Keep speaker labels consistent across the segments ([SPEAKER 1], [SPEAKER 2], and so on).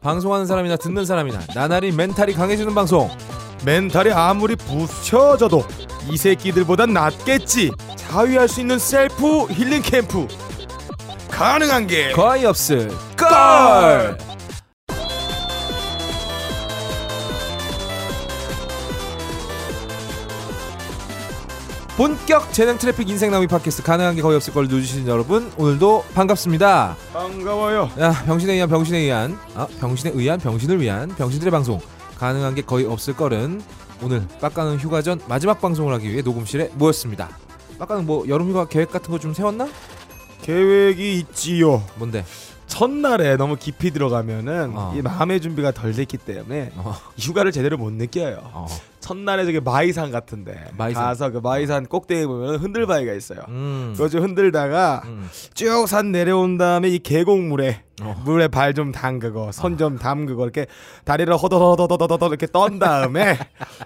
[SPEAKER 1] 방송하는 사람이나 듣는 사람이나 나날이 멘탈이 강해지는 방송
[SPEAKER 2] 멘탈이 아무리 부셔져도 이 새끼들보단 낫겠지 자위할 수 있는 셀프 힐링 캠프 가능한 게
[SPEAKER 1] 거의 없을 걸 본격 재능 트래픽 인생 나비 팟캐스트 가능한 게 거의 없을 걸 누주신 여러분 오늘도 반갑습니다
[SPEAKER 2] 반가워요
[SPEAKER 1] 야, 병신에 의한 병신에 의한 아, 병신에 의한 병신을 위한 병신들의 방송 가능한 게 거의 없을 걸은 오늘 빡가는 휴가 전 마지막 방송을 하기 위해 녹음실에 모였습니다. 빡가는 뭐 여름 휴가 계획 같은 거 좀 세웠나?
[SPEAKER 2] 계획이 있지요
[SPEAKER 1] 뭔데?
[SPEAKER 2] 첫날에 너무 깊이 들어가면은
[SPEAKER 1] 어.
[SPEAKER 2] 이 마음의 준비가 덜 됐기 때문에
[SPEAKER 1] 어,
[SPEAKER 2] 휴가를 제대로 못 느껴요
[SPEAKER 1] 어.
[SPEAKER 2] 첫날에 저기 마이산 같은데
[SPEAKER 1] 마이산. 어.
[SPEAKER 2] 가서 그 마이산 꼭대기 보면 흔들바위가 있어요
[SPEAKER 1] 음.
[SPEAKER 2] 그거 좀 흔들다가
[SPEAKER 1] 음.
[SPEAKER 2] 쭉 산 내려온 다음에 이 계곡물에
[SPEAKER 1] 어.
[SPEAKER 2] 물에 발 좀 담그고 손 좀 담그고 이렇게 다리를 허더더더더더더 이렇게 떤 다음에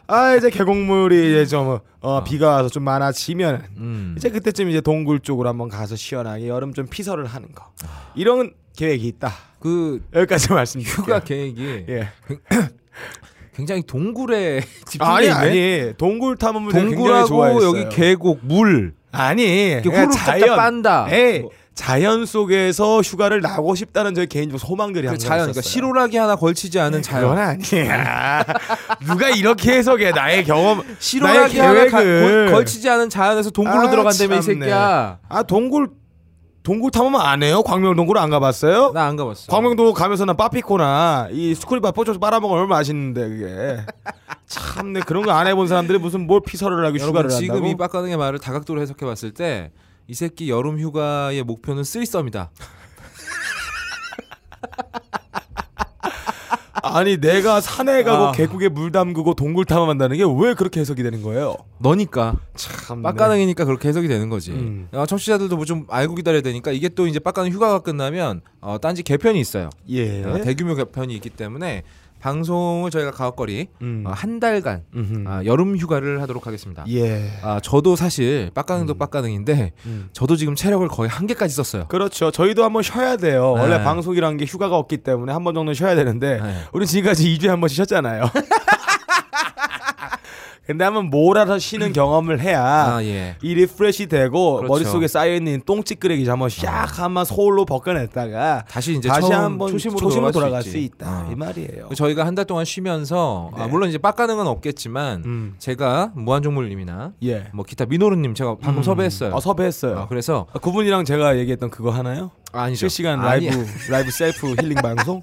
[SPEAKER 2] 아 이제 계곡물이 이제 좀 어, 비가 와서 좀 많아지면
[SPEAKER 1] 음.
[SPEAKER 2] 이제 그때쯤 이제 동굴 쪽으로 한번 가서 시원하게 여름 좀 피서를 하는 거 이런 계획이 있다
[SPEAKER 1] 그
[SPEAKER 2] 여기까지 말씀드릴게요
[SPEAKER 1] 아. 휴가 계획이
[SPEAKER 2] 예
[SPEAKER 1] 굉장히 동굴에 집중돼
[SPEAKER 2] 아니
[SPEAKER 1] 있네.
[SPEAKER 2] 아니 동굴 탐험을 동굴 굉장히
[SPEAKER 1] 동굴하고
[SPEAKER 2] 좋아했어요
[SPEAKER 1] 여기 계곡, 물,
[SPEAKER 2] 아니
[SPEAKER 1] 이렇게
[SPEAKER 2] 그냥
[SPEAKER 1] 후루룩 짝짝 빤다.
[SPEAKER 2] 에이,
[SPEAKER 1] 뭐.
[SPEAKER 2] 자연 속에서 휴가를 나고 싶다는 저의 개인적 소망들이
[SPEAKER 1] 그
[SPEAKER 2] 항상
[SPEAKER 1] 자연, 그러니까
[SPEAKER 2] 있었어요. 예,
[SPEAKER 1] 실오라기 하나 걸치지 않은
[SPEAKER 2] 그건
[SPEAKER 1] 자연.
[SPEAKER 2] 아니야. 누가 이렇게 해석해 나의 경험, 나의
[SPEAKER 1] 실오라기 하나 가-
[SPEAKER 2] 계획을
[SPEAKER 1] 걸- 걸치지 않은 자연에서 동굴로
[SPEAKER 2] 아,
[SPEAKER 1] 들어간다며 이
[SPEAKER 2] 참네.
[SPEAKER 1] 새끼야.
[SPEAKER 2] 아 동굴 동굴 탐험 안 해요? 광명 동굴 안 가봤어요?
[SPEAKER 1] 나 안 가봤어.
[SPEAKER 2] 광명도 가면서 나 빠피코나 이 스크린바 뽀쪼 빨아먹으면 얼마나 맛있는데 그게 참내 그런 거 안 해본 사람들이 무슨 뭘 피서를 하고
[SPEAKER 1] 여러분
[SPEAKER 2] 휴가를
[SPEAKER 1] 그 지금 이
[SPEAKER 2] 한다고?
[SPEAKER 1] 빡가능의 말을 다각도로 해석해 봤을 때 이 새끼 여름 휴가의 목표는 쓰리썸이다.
[SPEAKER 2] 아니 내가 산에 가고
[SPEAKER 1] 아.
[SPEAKER 2] 계곡에 물 담그고 동굴 탐험한다는 게 왜 그렇게 해석이 되는 거예요?
[SPEAKER 1] 너니까
[SPEAKER 2] 참 네.
[SPEAKER 1] 빡가능이니까 그렇게 해석이 되는 거지.
[SPEAKER 2] 음.
[SPEAKER 1] 어, 청취자들도 뭐 좀 알고 기다려야 되니까 이게 또 이제 빡가능 휴가가 끝나면 어, 딴지 개편이 있어요.
[SPEAKER 2] 예.
[SPEAKER 1] 어, 대규모 개편이 있기 때문에 방송을 저희가 가옥거리
[SPEAKER 2] 음.
[SPEAKER 1] 어, 한 달간
[SPEAKER 2] 음흠.
[SPEAKER 1] 아, 여름 휴가를 하도록 하겠습니다.
[SPEAKER 2] 예.
[SPEAKER 1] 아, 저도 사실 빡가능도 빡가능인데
[SPEAKER 2] 음.
[SPEAKER 1] 저도 지금 체력을 거의 한계까지 썼어요.
[SPEAKER 2] 그렇죠. 저희도 한번 쉬어야 돼요.
[SPEAKER 1] 네.
[SPEAKER 2] 원래 방송이란 게 휴가가 없기 때문에 한 번 정도 쉬어야 되는데
[SPEAKER 1] 네.
[SPEAKER 2] 우리 지금까지 2주에 한 번씩 쉬었잖아요. 근데 한번 몰아서 쉬는 경험을 해야
[SPEAKER 1] 음. 아, 예.
[SPEAKER 2] 이 리프레시 되고
[SPEAKER 1] 그렇죠. 아.
[SPEAKER 2] 머릿속에 쌓여있는 똥찌끄레기 한번 샥 한번 소홀로 벗겨냈다가
[SPEAKER 1] 다시 이제
[SPEAKER 2] 다시
[SPEAKER 1] 처음
[SPEAKER 2] 한번
[SPEAKER 1] 초심으로,
[SPEAKER 2] 초심으로,
[SPEAKER 1] 돌아갈
[SPEAKER 2] 돌아갈
[SPEAKER 1] 수,
[SPEAKER 2] 수,
[SPEAKER 1] 있지.
[SPEAKER 2] 있다
[SPEAKER 1] 어.
[SPEAKER 2] 이 말이에요.
[SPEAKER 1] 저희가 한 달 동안 쉬면서 아,
[SPEAKER 2] 네.
[SPEAKER 1] 물론 이제 빡가능은 없겠지만
[SPEAKER 2] 음.
[SPEAKER 1] 제가 무한종물님이나
[SPEAKER 2] 예.
[SPEAKER 1] 뭐 기타 민호루님 제가 방금 섭외했어요.
[SPEAKER 2] 아 섭외했어요.
[SPEAKER 1] 음. 아, 그래서
[SPEAKER 2] 아, 그분이랑 제가 얘기했던 그거 하나요?
[SPEAKER 1] 아니죠.
[SPEAKER 2] 실시간
[SPEAKER 1] 아니,
[SPEAKER 2] 라이브 라이브 셀프 힐링 방송.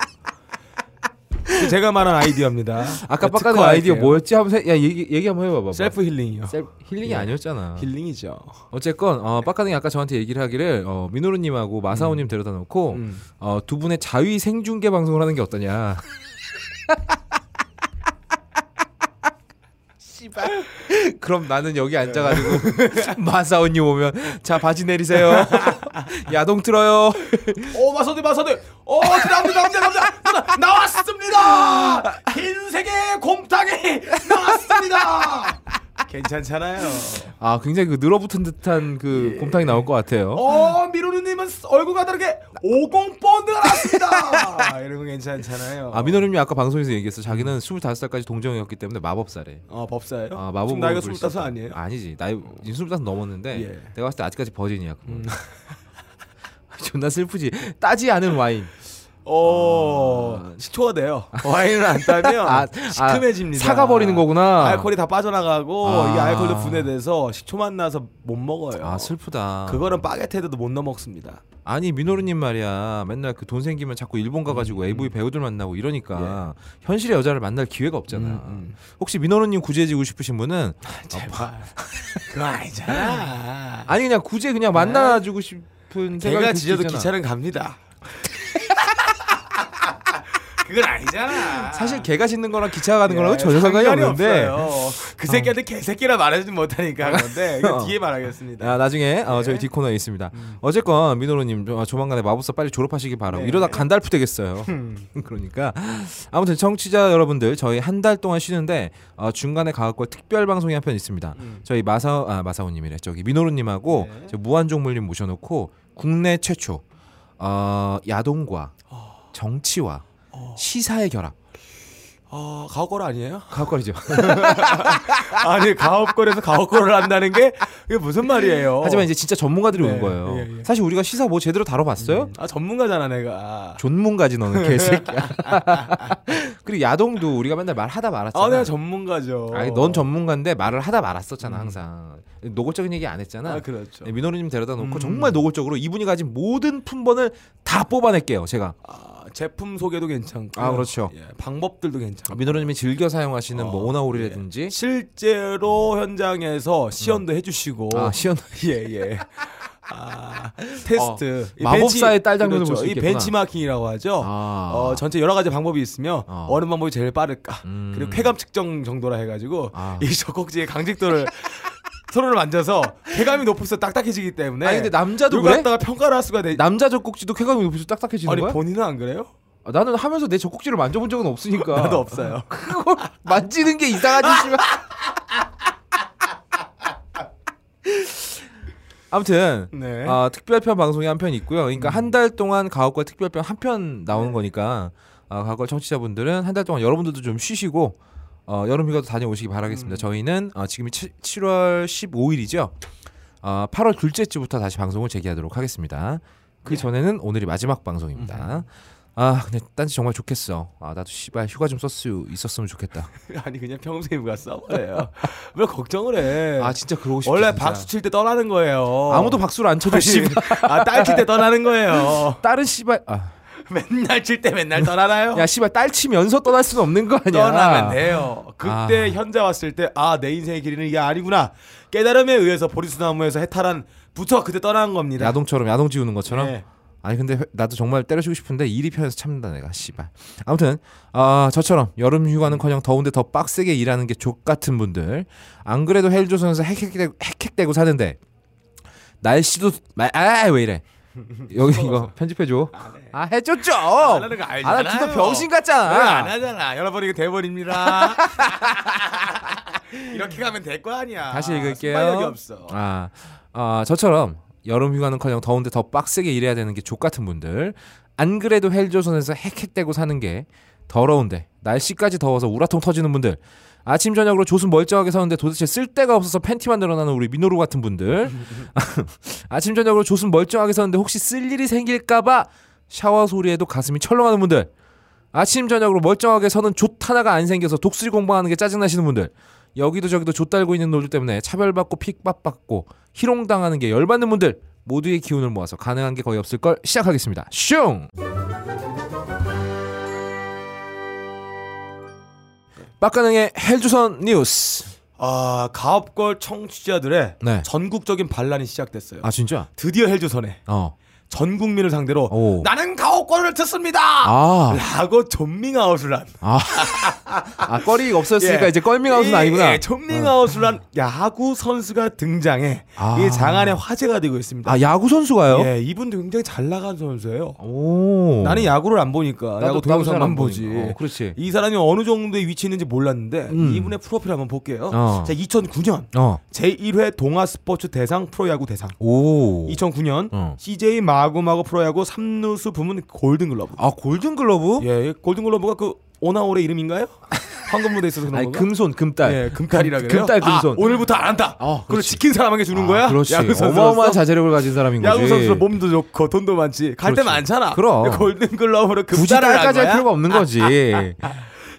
[SPEAKER 2] 제가 말한 아이디어입니다.
[SPEAKER 1] 아까 빡가능
[SPEAKER 2] 네, 특허할게요.
[SPEAKER 1] 그 아이디어 뭐였지? 하면서 야 얘기 얘기 한번 해봐봐.
[SPEAKER 2] 셀프 힐링이요.
[SPEAKER 1] 셀프 힐링이
[SPEAKER 2] 예.
[SPEAKER 1] 아니었잖아.
[SPEAKER 2] 힐링이죠.
[SPEAKER 1] 어쨌건 어, 빡가능이 아까 저한테 얘기를 하기를 어, 민호루님하고 마사오님 데려다 놓고
[SPEAKER 2] 음.
[SPEAKER 1] 어, 두 분의 자위 생중계 방송을 하는 게 어떠냐. 씨발. 그럼 나는 여기 앉아가지고 마사오님 오면 자 바지 내리세요. 야동 틀어요.
[SPEAKER 2] 오 마서드 마서드. 오 남자 남자 남자 나왔습니다. 흰색의 곰탕이 나왔습니다. 괜찮잖아요.
[SPEAKER 1] 아 굉장히 그 늘어붙은 듯한 그 곰탕이 나올 것 같아요.
[SPEAKER 2] 예. 어 미로루님은 얼굴과 다르게 오공 본드가 나왔습니다. 이런 거 괜찮잖아요.
[SPEAKER 1] 아 민호님이 아까 방송에서 얘기했어. 자기는 25살까지 동정이었기 때문에 마법사래.
[SPEAKER 2] 어 법사예요?
[SPEAKER 1] 아 마법
[SPEAKER 2] 지금 나이가 스물다섯 아니에요? 어.
[SPEAKER 1] 아니지 나이 지금 스물다섯 넘었는데
[SPEAKER 2] 예. 음.
[SPEAKER 1] 내가 봤을 때 아직까지 버진이야. 그거. 존나 슬프지. 따지 않은 와인.
[SPEAKER 2] 어 식초가 돼요. 와인을 안 따면
[SPEAKER 1] 아, 아,
[SPEAKER 2] 시큼해집니다.
[SPEAKER 1] 사가 버리는 거구나.
[SPEAKER 2] 알코올이 다 빠져나가고
[SPEAKER 1] 아.
[SPEAKER 2] 이게 알코올도 분해돼서 식초만 나서 못 먹어요.
[SPEAKER 1] 아 슬프다.
[SPEAKER 2] 그거는 바게트에도 못 넣어 먹습니다.
[SPEAKER 1] 아니 민호루님 말이야 맨날 그 돈 생기면 자꾸 일본
[SPEAKER 2] 음,
[SPEAKER 1] 가가지고 AV 배우들 만나고 이러니까
[SPEAKER 2] 예.
[SPEAKER 1] 현실의 여자를 만날 기회가 없잖아.
[SPEAKER 2] 음,
[SPEAKER 1] 혹시 민호루님 구제해지고 싶으신 분은
[SPEAKER 2] 제발. 그거 아니잖아.
[SPEAKER 1] 아니 그냥 구제 그냥 만나주고 싶은
[SPEAKER 2] 제가
[SPEAKER 1] 생각이
[SPEAKER 2] 네? 지져도
[SPEAKER 1] 있잖아.
[SPEAKER 2] 기차는 갑니다. 그건 아니잖아.
[SPEAKER 1] 사실 개가 짖는 거랑 기차 가는 거랑
[SPEAKER 2] 예,
[SPEAKER 1] 전혀 상관이 없는데.
[SPEAKER 2] 없어요. 어. 그 새끼한테 개새끼라 말하지 못하니까 한 건데 이거 뒤에 말하겠습니다.
[SPEAKER 1] 아, 나중에
[SPEAKER 2] 네.
[SPEAKER 1] 어, 저희 뒷코너에 있습니다.
[SPEAKER 2] 음.
[SPEAKER 1] 어쨌건 민호로님 조- 아, 조만간에 마법사 빨리 졸업하시기 바라고
[SPEAKER 2] 네.
[SPEAKER 1] 이러다 간달프 되겠어요. 그러니까 아무튼 청취자 여러분들 저희 한 달 동안 쉬는데 어, 중간에 가을과 특별 방송이
[SPEAKER 2] 음. 네.
[SPEAKER 1] 한 편 있습니다. 저희 마사 아, 마사오님이래 저기 민호로님하고 저 무한종물님 모셔놓고 국내 최초 어, 야동과 정치와 시사의 결합.
[SPEAKER 2] 어, 가옥걸 아니에요?
[SPEAKER 1] 가옥거리죠.
[SPEAKER 2] 어. 아니 가옥걸에서 가옥걸을 한다는 게 이게 무슨 말이에요?
[SPEAKER 1] 하지만 이제 진짜 전문가들이
[SPEAKER 2] 네,
[SPEAKER 1] 온 거예요.
[SPEAKER 2] 예, 예.
[SPEAKER 1] 사실 우리가 시사 뭐 제대로 다뤄봤어요?
[SPEAKER 2] 아 전문가잖아 내가.
[SPEAKER 1] 존문까지 너는 개새끼야. 그리고 야동도 우리가 맨날 말하다 말았잖아.
[SPEAKER 2] 아 어. 내가 전문가죠.
[SPEAKER 1] 아니, 넌 전문가인데 말을 하다 말았었잖아 항상. 노골적인 얘기 안 했잖아.
[SPEAKER 2] 음. 아 그렇죠.
[SPEAKER 1] 네, 민호루님 데려다 놓고
[SPEAKER 2] 음.
[SPEAKER 1] 정말 노골적으로 이분이 가진 모든 품번을 다 뽑아낼게요 제가
[SPEAKER 2] 아, 제품 소개도 괜찮고.
[SPEAKER 1] 아, 그렇죠.
[SPEAKER 2] 예, 방법들도
[SPEAKER 1] 아,
[SPEAKER 2] 괜찮고.
[SPEAKER 1] 민호루님이 즐겨 사용하시는
[SPEAKER 2] 어,
[SPEAKER 1] 뭐 오나오리라든지
[SPEAKER 2] 실제로 현장에서 시연도 해주시고.
[SPEAKER 1] 아 시연
[SPEAKER 2] 예 예. 아 테스트. 이
[SPEAKER 1] 어, 마법사의
[SPEAKER 2] 벤치- 그렇죠.
[SPEAKER 1] 딸 장면을 볼수
[SPEAKER 2] 이
[SPEAKER 1] 있겠구나.
[SPEAKER 2] 벤치마킹이라고 하죠.
[SPEAKER 1] 아.
[SPEAKER 2] 어 전체 여러 가지 방법이 있으며
[SPEAKER 1] 어.
[SPEAKER 2] 어. 느 방법이 제일 빠를까
[SPEAKER 1] 음.
[SPEAKER 2] 그리고 쾌감 측정 정도라 해가지고
[SPEAKER 1] 아.
[SPEAKER 2] 이 젖꼭지의 강직도를 서로를 만져서 쾌감이 높을수록 딱딱해지기 때문에
[SPEAKER 1] 아니 근데 남자도
[SPEAKER 2] 네. 누가
[SPEAKER 1] 그래?
[SPEAKER 2] 갖다가 평가를 할 수가 돼.
[SPEAKER 1] 남자 젖꼭지도 쾌감이 높아서 딱딱해지는
[SPEAKER 2] 아니
[SPEAKER 1] 거야?
[SPEAKER 2] 본인은 안 그래요?
[SPEAKER 1] 아, 나는 하면서 내 젖꼭지를 만져본 적은 없으니까
[SPEAKER 2] 나도 없어요.
[SPEAKER 1] 그걸 만지는 게 이상하지 씨발. 아무튼
[SPEAKER 2] 네.
[SPEAKER 1] 아, 특별편 방송이 한 편 있고요. 그러니까 한 달 동안 가옥과 특별편 한 편 나오는 거니까 아, 가옥과 청취자분들은 한 달 동안 여러분들도 좀 쉬시고 어, 여름 휴가도 다녀오시기 바라겠습니다. 저희는 어, 지금이 7, 7월 15일이죠. 어, 8월 둘째 주부터 다시 방송을 재개하도록 하겠습니다. 그 전에는 오늘이 마지막 방송입니다. 아 근데 딴지 정말 좋겠어. 아 나도 씨발 휴가 좀 썼 수 있었으면 좋겠다.
[SPEAKER 2] 아니 그냥 평생 우리가 싸워요. 왜 걱정을 해?
[SPEAKER 1] 아 진짜 그러고 싶다.
[SPEAKER 2] 원래
[SPEAKER 1] 진짜. 어.
[SPEAKER 2] 박수 칠 때 떠나는 거예요.
[SPEAKER 1] 아무도 박수를 안 쳐줘. 씨발.
[SPEAKER 2] 아딸칠 때 떠나는 거예요.
[SPEAKER 1] 다른 씨발 아,
[SPEAKER 2] 맨날 칠 때 맨날 떠나나요?
[SPEAKER 1] 야 씨발 딸 치면서 떠날 수는 없는 거 아니야.
[SPEAKER 2] 떠나면 돼요. 그때
[SPEAKER 1] 아.
[SPEAKER 2] 현자 왔을 때 아 내 인생의 길이는 이게 아니구나 깨달음에 의해서 보리수나무에서 해탈한 부터 그때 떠난 겁니다.
[SPEAKER 1] 야동처럼 야동 지우는 것처럼.
[SPEAKER 2] 네.
[SPEAKER 1] 아니 근데 회- 나도 정말 때려치고 싶은데 일이 편해서 참는다 내가 씨발. 아무튼 아 저처럼 여름 휴가는커녕 더운데 더 빡세게 일하는 게 족 같은 분들 안 그래도 헬조선에서 핵핵대고, 핵핵대고 사는데 날씨도 아왜 이래 여기 이거 편집해 줘. 아 해줬죠.
[SPEAKER 2] 안 하는 거 알잖아요.
[SPEAKER 1] 아, 나 진짜 병신
[SPEAKER 2] 별로 안
[SPEAKER 1] 같잖아.
[SPEAKER 2] 하잖아. 여러분 이거 대본입니다. 이렇게 가면 될 거 아니야.
[SPEAKER 1] 다시 읽을게요.
[SPEAKER 2] 순발력이 없어.
[SPEAKER 1] 아, 아 저처럼 여름 휴가는커녕 더운데 더 빡세게 일해야 되는 게 족 같은 분들 안 그래도 헬조선에서 핵핵대고 사는 게 더러운데 날씨까지 더워서 우라통 터지는 분들 아침 저녁으로 조수 멀쩡하게 사는데 도대체 쓸 데가 없어서 팬티만 늘어나는 우리 민호루 같은 분들 아침 저녁으로 조수 멀쩡하게 사는데 혹시 쓸 일이 생길까봐 샤워 소리에도 가슴이 철렁하는 분들 아침 저녁으로 멀쩡하게 서는 조 하나가 안 생겨서 독수리 공방하는 게 짜증나시는 분들 여기도 저기도 좆달고 있는 노조 때문에 차별받고 픽박받고 희롱당하는 게 열받는 분들 모두의 기운을 모아서 가능한 게 거의 없을 걸 시작하겠습니다. 슝! 빡가능의 헬조선 뉴스.
[SPEAKER 2] 아 가업걸 청취자들의
[SPEAKER 1] 네.
[SPEAKER 2] 전국적인 반란이 시작됐어요.
[SPEAKER 1] 아 진짜?
[SPEAKER 2] 드디어 헬조선에
[SPEAKER 1] 어.
[SPEAKER 2] 전 국민을 상대로
[SPEAKER 1] 오.
[SPEAKER 2] 나는 가업권을 듣습니다.
[SPEAKER 1] 아.
[SPEAKER 2] 라고 존밍아웃을 한.
[SPEAKER 1] 아. 아 껄이 없어졌으니까
[SPEAKER 2] 예.
[SPEAKER 1] 이제 껄밍아웃은 아니구나. 어.
[SPEAKER 2] 예, 예, 존밍아웃을 한 야구 선수가 등장해
[SPEAKER 1] 아.
[SPEAKER 2] 이게 장안의 화제가 되고 있습니다.
[SPEAKER 1] 아 야구 선수가요? 어.
[SPEAKER 2] 예, 이분도 굉장히 잘 나간 선수예요.
[SPEAKER 1] 오.
[SPEAKER 2] 나는 야구를 안 보니까 야구 동영상만
[SPEAKER 1] 그 안
[SPEAKER 2] 보지.
[SPEAKER 1] 보니까. 어, 그렇지.
[SPEAKER 2] 이 사람이 어느 정도의 위치에 있는지 몰랐는데
[SPEAKER 1] 음.
[SPEAKER 2] 이분의 프로필 한번 볼게요.
[SPEAKER 1] 어.
[SPEAKER 2] 자, 2009년
[SPEAKER 1] 어.
[SPEAKER 2] 제1회 동아 스포츠 대상 프로야구 대상.
[SPEAKER 1] 오.
[SPEAKER 2] 2009년
[SPEAKER 1] 어.
[SPEAKER 2] CJ 마구마구 프로야구 3루수 부문 골든글러브.
[SPEAKER 1] 아 골든글러브?
[SPEAKER 2] 예, 골든글러브가 그 오나홀의 이름인가요? 황금 무대에 있어서 그런
[SPEAKER 1] 아니
[SPEAKER 2] 건가?
[SPEAKER 1] 금손 금딸.
[SPEAKER 2] 예, 금칼이라
[SPEAKER 1] 금-
[SPEAKER 2] 그래요.
[SPEAKER 1] 금딸
[SPEAKER 2] 아,
[SPEAKER 1] 금손.
[SPEAKER 2] 오늘부터 안 한다.
[SPEAKER 1] 어,
[SPEAKER 2] 그걸
[SPEAKER 1] 그렇지.
[SPEAKER 2] 지킨 사람에게 주는 거야.
[SPEAKER 1] 아, 그렇지.
[SPEAKER 2] 야구 선수로서?
[SPEAKER 1] 어마어마한 자제력을 가진 사람인 거지.
[SPEAKER 2] 야구 선수로 몸도 좋고 돈도 많지. 갈 때
[SPEAKER 1] 그렇지.
[SPEAKER 2] 많잖아.
[SPEAKER 1] 그럼.
[SPEAKER 2] 골든 글러브로
[SPEAKER 1] 굳이
[SPEAKER 2] 금자를 한
[SPEAKER 1] 딸까지 할
[SPEAKER 2] 거야.
[SPEAKER 1] 필요가 없는 거지.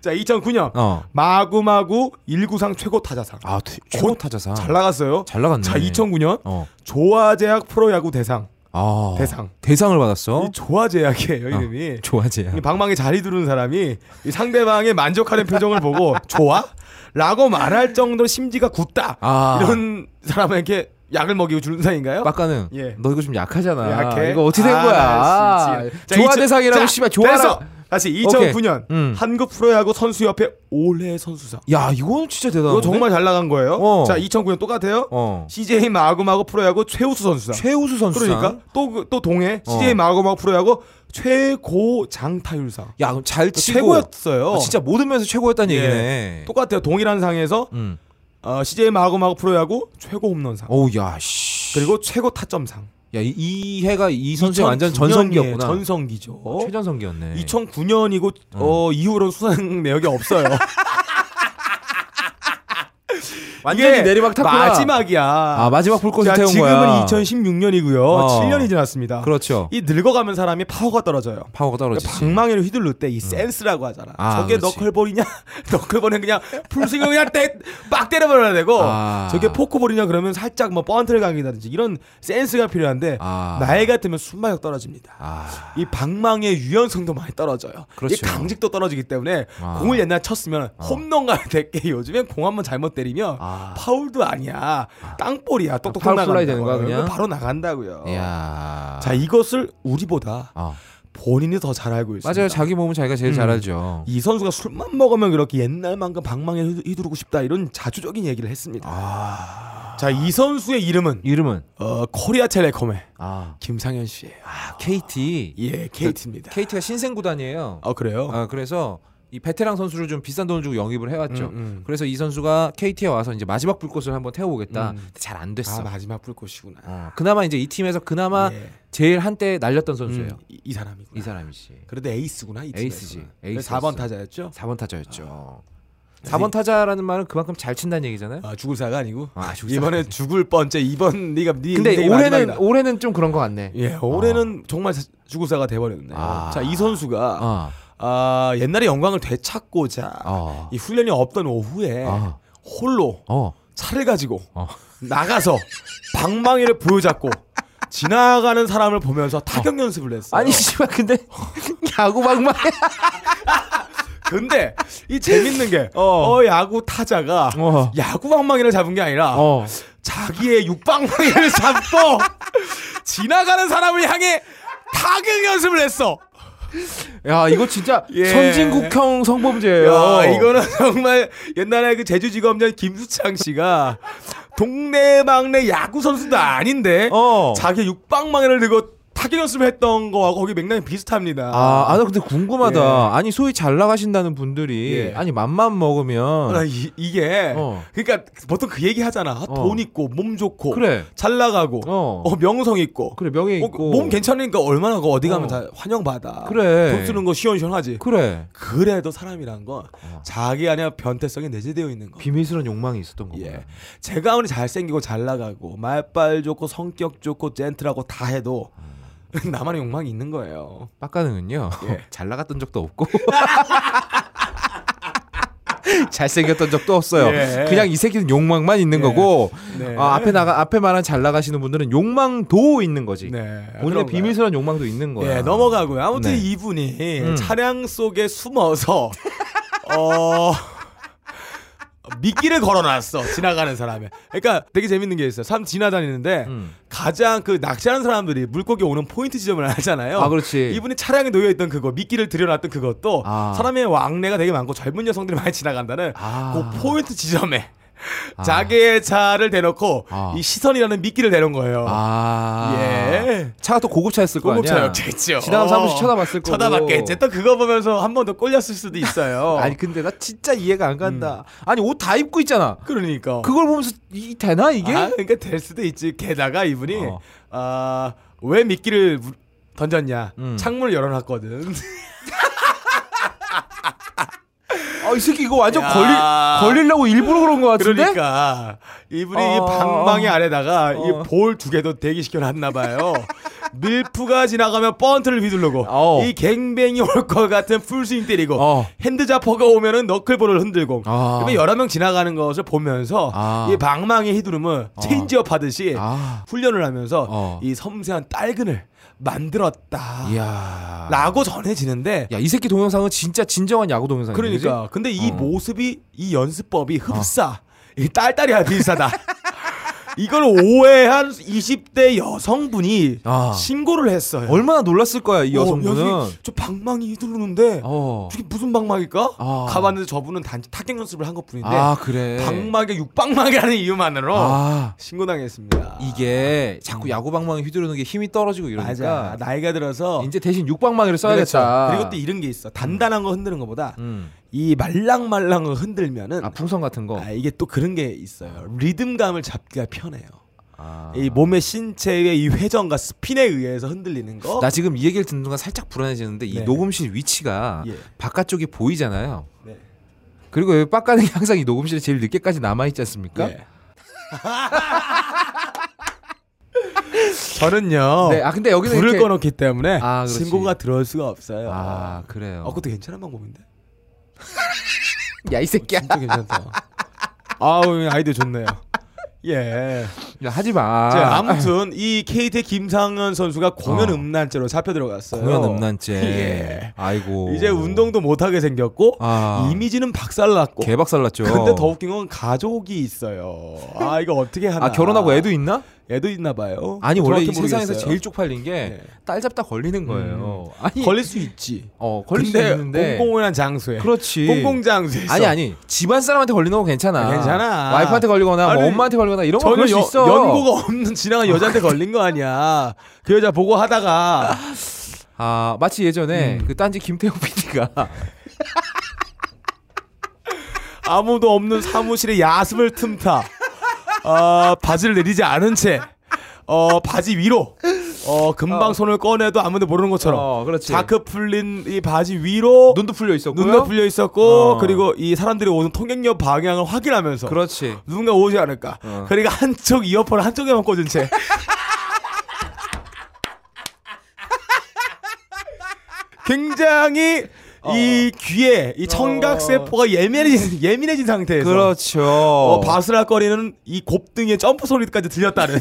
[SPEAKER 2] 자, 2009년
[SPEAKER 1] 어.
[SPEAKER 2] 마구마구 1구상 최고 타자상.
[SPEAKER 1] 아, 퇴- 최고 타자상.
[SPEAKER 2] 잘 나갔어요.
[SPEAKER 1] 잘 나갔네.
[SPEAKER 2] 자, 2009년
[SPEAKER 1] 어.
[SPEAKER 2] 조화제약 프로야구 대상.
[SPEAKER 1] 아.
[SPEAKER 2] 대상.
[SPEAKER 1] 대상을 받았어. 어.
[SPEAKER 2] 이 조화제약이에요, 이름이.
[SPEAKER 1] 좋아지야.
[SPEAKER 2] 이 방망이 자리 두는 사람이 이 상대방의 만족하는 표정을 보고 좋아? 라고 말할 정도로 심지가 굳다.
[SPEAKER 1] 아.
[SPEAKER 2] 이런 사람에게 약을 먹이고 주는 사이인가요?
[SPEAKER 1] 빡가는
[SPEAKER 2] 예.
[SPEAKER 1] 너 이거 좀 약하잖아.
[SPEAKER 2] 약해.
[SPEAKER 1] 이거 어떻게 된
[SPEAKER 2] 아,
[SPEAKER 1] 거야?
[SPEAKER 2] 씨, 진짜. 자,
[SPEAKER 1] 조화
[SPEAKER 2] 이천-
[SPEAKER 1] 대상이라고
[SPEAKER 2] 자,
[SPEAKER 1] 씨발 조화라.
[SPEAKER 2] 됐어. 다시 2009년
[SPEAKER 1] 음.
[SPEAKER 2] 한국 프로야구 선수협회 올해 선수상.
[SPEAKER 1] 야, 이건 진짜 대단한.
[SPEAKER 2] 이거 정말 잘 나간 거예요.
[SPEAKER 1] 어.
[SPEAKER 2] 자, 2009년 똑같아요.
[SPEAKER 1] 어.
[SPEAKER 2] CJ 마구마구 프로야구 최우수 선수상.
[SPEAKER 1] 최우수 선수.
[SPEAKER 2] 그러니까 또 그- 또 동해
[SPEAKER 1] 어.
[SPEAKER 2] CJ 마구마구 프로야구 최고 장타율상.
[SPEAKER 1] 야, 그럼 잘 치고
[SPEAKER 2] 최고였어요.
[SPEAKER 1] 아, 진짜 모든 면에서 최고였다는
[SPEAKER 2] 예.
[SPEAKER 1] 얘기네.
[SPEAKER 2] 똑같아요. 동일한 상에서
[SPEAKER 1] 음.
[SPEAKER 2] 어, CJ 마구마구 프로야구 최고 홈런상.
[SPEAKER 1] 어우, 야, 씨.
[SPEAKER 2] 그리고 최고 타점상.
[SPEAKER 1] 야, 이, 이 해가 이 선수 완전 전성기였구나.
[SPEAKER 2] 전성기죠.
[SPEAKER 1] 어, 최전성기였네.
[SPEAKER 2] 2009년이고 어, 이후로는 수상 내역이 없어요.
[SPEAKER 1] 완전히
[SPEAKER 2] 이게
[SPEAKER 1] 내리막 탔구나.
[SPEAKER 2] 마지막이야.
[SPEAKER 1] 아, 마지막 불꽃이
[SPEAKER 2] 자,
[SPEAKER 1] 태운
[SPEAKER 2] 지금은
[SPEAKER 1] 거야.
[SPEAKER 2] 2016년이고요.
[SPEAKER 1] 어.
[SPEAKER 2] 7년이 지났습니다.
[SPEAKER 1] 그렇죠.
[SPEAKER 2] 이 늙어가면 사람이 파워가 떨어져요.
[SPEAKER 1] 파워가 떨어지지.
[SPEAKER 2] 그러니까 방망이를 휘둘를 때 이 센스라고 하잖아.
[SPEAKER 1] 음. 아,
[SPEAKER 2] 저게
[SPEAKER 1] 그렇지.
[SPEAKER 2] 너클볼이냐? 너클볼은 그냥 풀스윙을 그냥 때, 빡 때려버려야 되고
[SPEAKER 1] 아.
[SPEAKER 2] 저게 포크볼이냐 그러면 살짝 뭐 번트를 강기다든지 이런 센스가 필요한데
[SPEAKER 1] 아.
[SPEAKER 2] 나이 같으면 순마력 떨어집니다.
[SPEAKER 1] 아.
[SPEAKER 2] 이 방망이의 유연성도 많이 떨어져요.
[SPEAKER 1] 그렇죠.
[SPEAKER 2] 이 강직도 떨어지기 때문에
[SPEAKER 1] 아.
[SPEAKER 2] 공을 옛날 쳤으면 홈런 가야 될게 요즘엔 공 한번 잘못 때리면
[SPEAKER 1] 아.
[SPEAKER 2] 파울도 아니야. 땅볼이야. 똑똑똑
[SPEAKER 1] 파울
[SPEAKER 2] 나간다고.
[SPEAKER 1] 플라이 되는 거야, 그냥?
[SPEAKER 2] 바로 나간다고요.
[SPEAKER 1] 야.
[SPEAKER 2] 어. 자 이것을 우리보다
[SPEAKER 1] 어.
[SPEAKER 2] 본인이 더 잘 알고 있습니다.
[SPEAKER 1] 맞아요. 자기 몸은 자기가 제일 잘 알죠.
[SPEAKER 2] 이 선수가 술만 먹으면 그렇게 옛날만큼 방망이 휘두- 휘두르고 싶다 이런 자주적인 얘기를 했습니다. 자 이 선수의 이름은
[SPEAKER 1] 이름은
[SPEAKER 2] 아. 어, 코리아 텔레콤의
[SPEAKER 1] 아.
[SPEAKER 2] 김상현 씨예요.
[SPEAKER 1] KT.
[SPEAKER 2] 예, KT입니다.
[SPEAKER 1] KT가 신생 구단이에요.
[SPEAKER 2] 아 그래요?
[SPEAKER 1] 아, 그래서 이 베테랑 선수를 좀 비싼 돈을 주고 영입을 해왔죠.
[SPEAKER 2] 음, 음.
[SPEAKER 1] 그래서 이 선수가 KT에 와서 이제 마지막 불꽃을 한번 태워보겠다.
[SPEAKER 2] 음.
[SPEAKER 1] 잘 안 됐어.
[SPEAKER 2] 아 마지막 불꽃이구나.
[SPEAKER 1] 어, 그나마 이제 이 팀에서 그나마
[SPEAKER 2] 예.
[SPEAKER 1] 제일 한때 날렸던
[SPEAKER 2] 음,
[SPEAKER 1] 선수예요.
[SPEAKER 2] 이, 이 사람이구나.
[SPEAKER 1] 이 사람이지.
[SPEAKER 2] 그래도 에이스구나 이
[SPEAKER 1] 에이스지.
[SPEAKER 2] 팀에서는.
[SPEAKER 1] 에이스였어.
[SPEAKER 2] 4번 타자였죠.
[SPEAKER 1] 4번 타자였죠. 4번 타자라는 말은 그만큼 잘 친다는 얘기잖아요.
[SPEAKER 2] 아 죽을 사가 아니고
[SPEAKER 1] 아, 죽을 사가
[SPEAKER 2] 이번에 죽을 번째 이번 네가 네
[SPEAKER 1] 근데
[SPEAKER 2] 인생이
[SPEAKER 1] 올해는
[SPEAKER 2] 마지막이다.
[SPEAKER 1] 올해는 좀 그런 거 같네.
[SPEAKER 2] 예 올해는 정말 사- 죽을 사가 돼버렸네요.
[SPEAKER 1] 아.
[SPEAKER 2] 자이 선수가
[SPEAKER 1] 어.
[SPEAKER 2] 아 옛날의 영광을 되찾고자
[SPEAKER 1] 어.
[SPEAKER 2] 이 훈련이 없던 오후에
[SPEAKER 1] 아.
[SPEAKER 2] 홀로
[SPEAKER 1] 어.
[SPEAKER 2] 차를 가지고
[SPEAKER 1] 어.
[SPEAKER 2] 나가서 방망이를 보여잡고 지나가는 사람을 보면서 타격 연습을 했어요.
[SPEAKER 1] 아니 씨발 근데 야구 막말.
[SPEAKER 2] 근데 이 재밌는 게 어, 야구 타자가
[SPEAKER 1] 어.
[SPEAKER 2] 야구 방망이를 잡은 게 아니라
[SPEAKER 1] 어.
[SPEAKER 2] 자기의 육방망이를 잡고 지나가는 사람을 향해 타격 연습을 했어.
[SPEAKER 1] 야 이거 진짜
[SPEAKER 2] 예.
[SPEAKER 1] 선진국형 성범죄예요.
[SPEAKER 2] 야, 이거는 정말 옛날에 그 제주지검장 김수창 씨가 동네 막내 야구 선수도 아닌데
[SPEAKER 1] 어.
[SPEAKER 2] 자기 육방망이를 들고 타격 연습을 했던 거하고 거기 맥락이 비슷합니다.
[SPEAKER 1] 아, 아, 나 근데 궁금하다.
[SPEAKER 2] 예.
[SPEAKER 1] 아니 소위 잘 나가신다는 분들이
[SPEAKER 2] 예.
[SPEAKER 1] 아니 맘만 먹으면
[SPEAKER 2] 나 아, 이, 이게
[SPEAKER 1] 어.
[SPEAKER 2] 그러니까 보통 그 얘기 하잖아. 아, 돈 있고 몸 좋고
[SPEAKER 1] 그래.
[SPEAKER 2] 잘 나가고
[SPEAKER 1] 어.
[SPEAKER 2] 어, 명성 있고
[SPEAKER 1] 그래 명예
[SPEAKER 2] 어,
[SPEAKER 1] 있고
[SPEAKER 2] 몸 괜찮으니까 얼마나 그 어디 가면
[SPEAKER 1] 어.
[SPEAKER 2] 다 환영받아.
[SPEAKER 1] 그래.
[SPEAKER 2] 돈 쓰는 거 시원시원하지.
[SPEAKER 1] 그래.
[SPEAKER 2] 그래도 사람이란 건
[SPEAKER 1] 어.
[SPEAKER 2] 자기 안에 변태성이 내재되어 있는 거.
[SPEAKER 1] 비밀스러운 욕망이 있었던 거구나.
[SPEAKER 2] 예. 제가 아무리 잘생기고 잘 나가고 말빨 좋고 성격 좋고 젠틀하고 다 해도
[SPEAKER 1] 어.
[SPEAKER 2] 나만의 욕망이 있는 거예요.
[SPEAKER 1] 빡가능은요
[SPEAKER 2] 예.
[SPEAKER 1] 잘 나갔던 적도 없고 잘생겼던 적도 없어요.
[SPEAKER 2] 예.
[SPEAKER 1] 그냥 이 새끼는 욕망만 있는
[SPEAKER 2] 예.
[SPEAKER 1] 거고
[SPEAKER 2] 네.
[SPEAKER 1] 아, 앞에 나가 앞에 말한 잘 나가시는 분들은 욕망도 있는 거지. 본인의
[SPEAKER 2] 네. 그런가요?
[SPEAKER 1] 비밀스러운 욕망도 있는 거야.
[SPEAKER 2] 예, 넘어가고요. 아무튼
[SPEAKER 1] 네.
[SPEAKER 2] 이분이
[SPEAKER 1] 음.
[SPEAKER 2] 차량 속에 숨어서 어 미끼를 걸어놨어 지나가는 사람에. 그러니까 되게 재밌는 게 있어요. 참 지나다니는데
[SPEAKER 1] 음.
[SPEAKER 2] 가장 그 낚시하는 사람들이 물고기 오는 포인트 지점을 알잖아요.
[SPEAKER 1] 아, 그렇지.
[SPEAKER 2] 음. 이분이 차량에 놓여 있던 그거 미끼를 들여놨던 그것도
[SPEAKER 1] 아.
[SPEAKER 2] 사람의 왕래가 되게 많고 젊은 여성들이 많이 지나간다는
[SPEAKER 1] 아.
[SPEAKER 2] 그 포인트 지점에. 자기의 차를 대놓고
[SPEAKER 1] 아.
[SPEAKER 2] 이 시선이라는 미끼를 대놓은 거예요.
[SPEAKER 1] 아.
[SPEAKER 2] 예.
[SPEAKER 1] 차가 또 고급차였을 거 아니야.
[SPEAKER 2] 고급차였겠죠. 어,
[SPEAKER 1] 지나가면서 한 번씩 쳐다봤을 거고.
[SPEAKER 2] 쳐다봤겠지. 또 그거 보면서 한 번 더 꼴렸을 수도 있어요.
[SPEAKER 1] 아니 근데 나 진짜 이해가 안
[SPEAKER 2] 음.
[SPEAKER 1] 간다. 아니 옷 다 입고 있잖아.
[SPEAKER 2] 그러니까.
[SPEAKER 1] 그걸 보면서 이 되나 이게?
[SPEAKER 2] 아, 그러니까 될 수도 있지. 게다가 이분이
[SPEAKER 1] 어.
[SPEAKER 2] 아, 왜 미끼를 물- 던졌냐?
[SPEAKER 1] 음.
[SPEAKER 2] 창문을 열어놨거든.
[SPEAKER 1] 아, 이 새끼 이거 완전
[SPEAKER 2] 야.
[SPEAKER 1] 걸리 걸리려고 일부러 그런 거 같은데?
[SPEAKER 2] 그러니까 이분이 이
[SPEAKER 1] 어.
[SPEAKER 2] 방망이 아래다가
[SPEAKER 1] 어.
[SPEAKER 2] 이 볼 두 개도 대기시켜 놨나 봐요. 밀프가 지나가면 번트를 휘두르고
[SPEAKER 1] 어.
[SPEAKER 2] 이 갱뱅이 올 것 같은 풀스윙 때리고
[SPEAKER 1] 어.
[SPEAKER 2] 핸드자퍼가 오면은 너클볼을 흔들고
[SPEAKER 1] 아.
[SPEAKER 2] 그러면 여러 명 지나가는 것을 보면서
[SPEAKER 1] 아. 어.
[SPEAKER 2] 이 방망이 휘두름을 체인지업 하듯이
[SPEAKER 1] 아.
[SPEAKER 2] 훈련을 하면서
[SPEAKER 1] 어.
[SPEAKER 2] 이 섬세한 딸근을
[SPEAKER 1] 아.
[SPEAKER 2] 만들었다
[SPEAKER 1] 이야.
[SPEAKER 2] 라고 전해지는데
[SPEAKER 1] 야, 이 새끼 동영상은 진짜 진정한 야구 동영상이지.
[SPEAKER 2] 그러니까 근데 이
[SPEAKER 1] 어.
[SPEAKER 2] 모습이 이 연습법이 흡사 이 딸딸이야 비슷하다 이걸 오해한 20대 여성분이
[SPEAKER 1] 아.
[SPEAKER 2] 신고를 했어요
[SPEAKER 1] 얼마나 놀랐을 거야, 이
[SPEAKER 2] 어,
[SPEAKER 1] 여성분은.
[SPEAKER 2] 여성이 저 방망이 휘두르는데
[SPEAKER 1] 어.
[SPEAKER 2] 저게 무슨 방망일까
[SPEAKER 1] 아.
[SPEAKER 2] 가봤는데 저분은 단지 타격 연습을 한 것뿐인데
[SPEAKER 1] 아, 그래.
[SPEAKER 2] 방망이 육방망이라는 이유만으로
[SPEAKER 1] 아. 음.
[SPEAKER 2] 신고당했습니다
[SPEAKER 1] 이게 그러니까. 자꾸 야구 방망이 휘두르는 게 힘이 떨어지고 이러니까
[SPEAKER 2] 맞아 나이가 들어서
[SPEAKER 1] 이제 대신 육방망이를 써야겠다.
[SPEAKER 2] 그렇죠. 그리고 또 이런 게 있어 단단한 거 흔드는 것보다
[SPEAKER 1] 음.
[SPEAKER 2] 이 말랑말랑 거 흔들면은 어.
[SPEAKER 1] 아, 풍선 같은 거.
[SPEAKER 2] 아, 이게 또 그런 게 있어요. 리듬감을 잡기가 편해요.
[SPEAKER 1] 아.
[SPEAKER 2] 이 몸의 신체의 이 회전과 스핀에 의해서 흔들리는 거.
[SPEAKER 1] 나 지금 이 얘기를 듣는 순간 살짝 불안해지는데 이
[SPEAKER 2] 네.
[SPEAKER 1] 녹음실 위치가
[SPEAKER 2] 예.
[SPEAKER 1] 바깥쪽이 보이잖아요.
[SPEAKER 2] 네.
[SPEAKER 1] 그리고 여기 빡가는 게 항상 이 녹음실에 제일 늦게까지 남아 있지 않습니까?
[SPEAKER 2] 예. 저는요.
[SPEAKER 1] 네. 아 근데 여기는
[SPEAKER 2] 불을
[SPEAKER 1] 이렇게-
[SPEAKER 2] 꺼놓기 때문에
[SPEAKER 1] 아, 그렇지.
[SPEAKER 2] 신고가 들어올 수가 없어요.
[SPEAKER 1] 아 그래요.
[SPEAKER 2] 어, 그것도 괜찮은 방법인데.
[SPEAKER 1] 야 이 새끼야.
[SPEAKER 2] 진짜 괜찮다. 아우 아이디어 좋네요. 예.
[SPEAKER 1] 야, 하지 마.
[SPEAKER 2] 자, 아무튼 이 KT 김상현 선수가 공연
[SPEAKER 1] 어.
[SPEAKER 2] 음란죄로 잡혀 들어갔어요.
[SPEAKER 1] 공연 음란죄.
[SPEAKER 2] 예.
[SPEAKER 1] 아이고.
[SPEAKER 2] 이제 운동도 못 하게 생겼고
[SPEAKER 1] 아.
[SPEAKER 2] 이미지는 박살났고. 아,
[SPEAKER 1] 개박살났죠.
[SPEAKER 2] 근데 더 웃긴 건 가족이 있어요. 아 이거 어떻게 하나?
[SPEAKER 1] 아 결혼하고 애도 있나?
[SPEAKER 2] 애도 있나 봐요.
[SPEAKER 1] 아니 원래 이
[SPEAKER 2] 정확히
[SPEAKER 1] 세상에서
[SPEAKER 2] 모르겠어요.
[SPEAKER 1] 제일 쪽팔린 게
[SPEAKER 2] 네.
[SPEAKER 1] 딸 잡다 걸리는 거예요. 아니
[SPEAKER 2] 걸릴 수 있지.
[SPEAKER 1] 어 걸릴 수
[SPEAKER 2] 근데
[SPEAKER 1] 있는데
[SPEAKER 2] 공공한 장소에.
[SPEAKER 1] 그렇지.
[SPEAKER 2] 공공 장소에서.
[SPEAKER 1] 아니 아니 집안 사람한테 걸리는 건 괜찮아.
[SPEAKER 2] 아, 괜찮아.
[SPEAKER 1] 와이프한테 걸리거나 뭐
[SPEAKER 2] 아니,
[SPEAKER 1] 엄마한테 걸리거나 이런 거
[SPEAKER 2] 전혀
[SPEAKER 1] 그럴 수
[SPEAKER 2] 연-
[SPEAKER 1] 있어.
[SPEAKER 2] 연고가 없는 지나간 여자한테 걸린 거 아니야. 그 여자 보고 하다가
[SPEAKER 1] 아 마치
[SPEAKER 2] 음.
[SPEAKER 1] 예전에 그 딴지 김태형 PD가
[SPEAKER 2] 아무도 없는 사무실에 야습을 틈타 어, 바지를 내리지 않은 채 어, 바지 위로 어, 금방 손을 꺼내도 아무도 모르는 것처럼
[SPEAKER 1] 어, 그렇지.
[SPEAKER 2] 자크 풀린 이 바지 위로
[SPEAKER 1] 눈도 풀려 있었고요.
[SPEAKER 2] 어, 눈도 풀려 있었고
[SPEAKER 1] 어.
[SPEAKER 2] 그리고 이 사람들이 오는 통행역 방향을 확인하면서
[SPEAKER 1] 그렇지.
[SPEAKER 2] 누군가 오지 않을까
[SPEAKER 1] 어.
[SPEAKER 2] 그러니까 한쪽 이어폰을 한쪽에만 꽂은 채 굉장히
[SPEAKER 1] 어.
[SPEAKER 2] 이 귀에 이 청각 세포가 예민해진, 예민해진 상태에서
[SPEAKER 1] 그렇죠.
[SPEAKER 2] 어, 바스락거리는 이 곱등의 점프 소리까지 들렸다는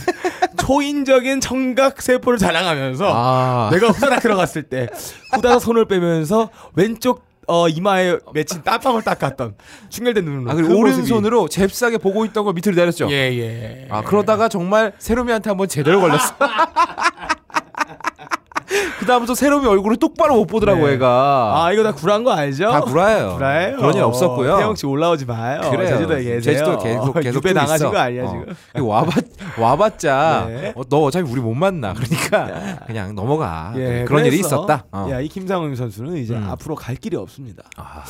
[SPEAKER 2] 초인적인 청각 세포를 자랑하면서
[SPEAKER 1] 아.
[SPEAKER 2] 내가 후다닥 들어갔을 때 후다닥 손을 빼면서 왼쪽 어, 이마에 맺힌 땀방울 닦았던 충혈된 눈으로
[SPEAKER 1] 아 그리고
[SPEAKER 2] 그 모습이-
[SPEAKER 1] 오른손으로 잽싸게 보고 있던 걸 밑으로 내렸죠.
[SPEAKER 2] 예 예.
[SPEAKER 1] 아 그러다가 정말 세롬이한테 한번 제대로 걸렸어. 그 다음부터 세롬이 얼굴을 똑바로 못 보더라고
[SPEAKER 2] 네.
[SPEAKER 1] 애가.
[SPEAKER 2] 아 이거 다 구란 거 알죠?
[SPEAKER 1] 다 구라예요.
[SPEAKER 2] 구라예요. 어,
[SPEAKER 1] 그런 일 없었고요.
[SPEAKER 2] 태영 씨 올라오지 마요.
[SPEAKER 1] 그래요.
[SPEAKER 2] 제주도에 계세요.
[SPEAKER 1] 제주도 계속 계속
[SPEAKER 2] 유배
[SPEAKER 1] 좀
[SPEAKER 2] 당하신
[SPEAKER 1] 있어.
[SPEAKER 2] 거 아니야
[SPEAKER 1] 어.
[SPEAKER 2] 지금?
[SPEAKER 1] 이거 와봤 와봤자
[SPEAKER 2] 네.
[SPEAKER 1] 어, 너 어차피 우리 못 만나. 그러니까 그냥 넘어가. 네,
[SPEAKER 2] 예,
[SPEAKER 1] 아, 그런 일이
[SPEAKER 2] 그래서,
[SPEAKER 1] 있었다. 어.
[SPEAKER 2] 야, 이 김상훈 선수는 이제
[SPEAKER 1] 음.
[SPEAKER 2] 앞으로 갈 길이 없습니다.
[SPEAKER 1] 아.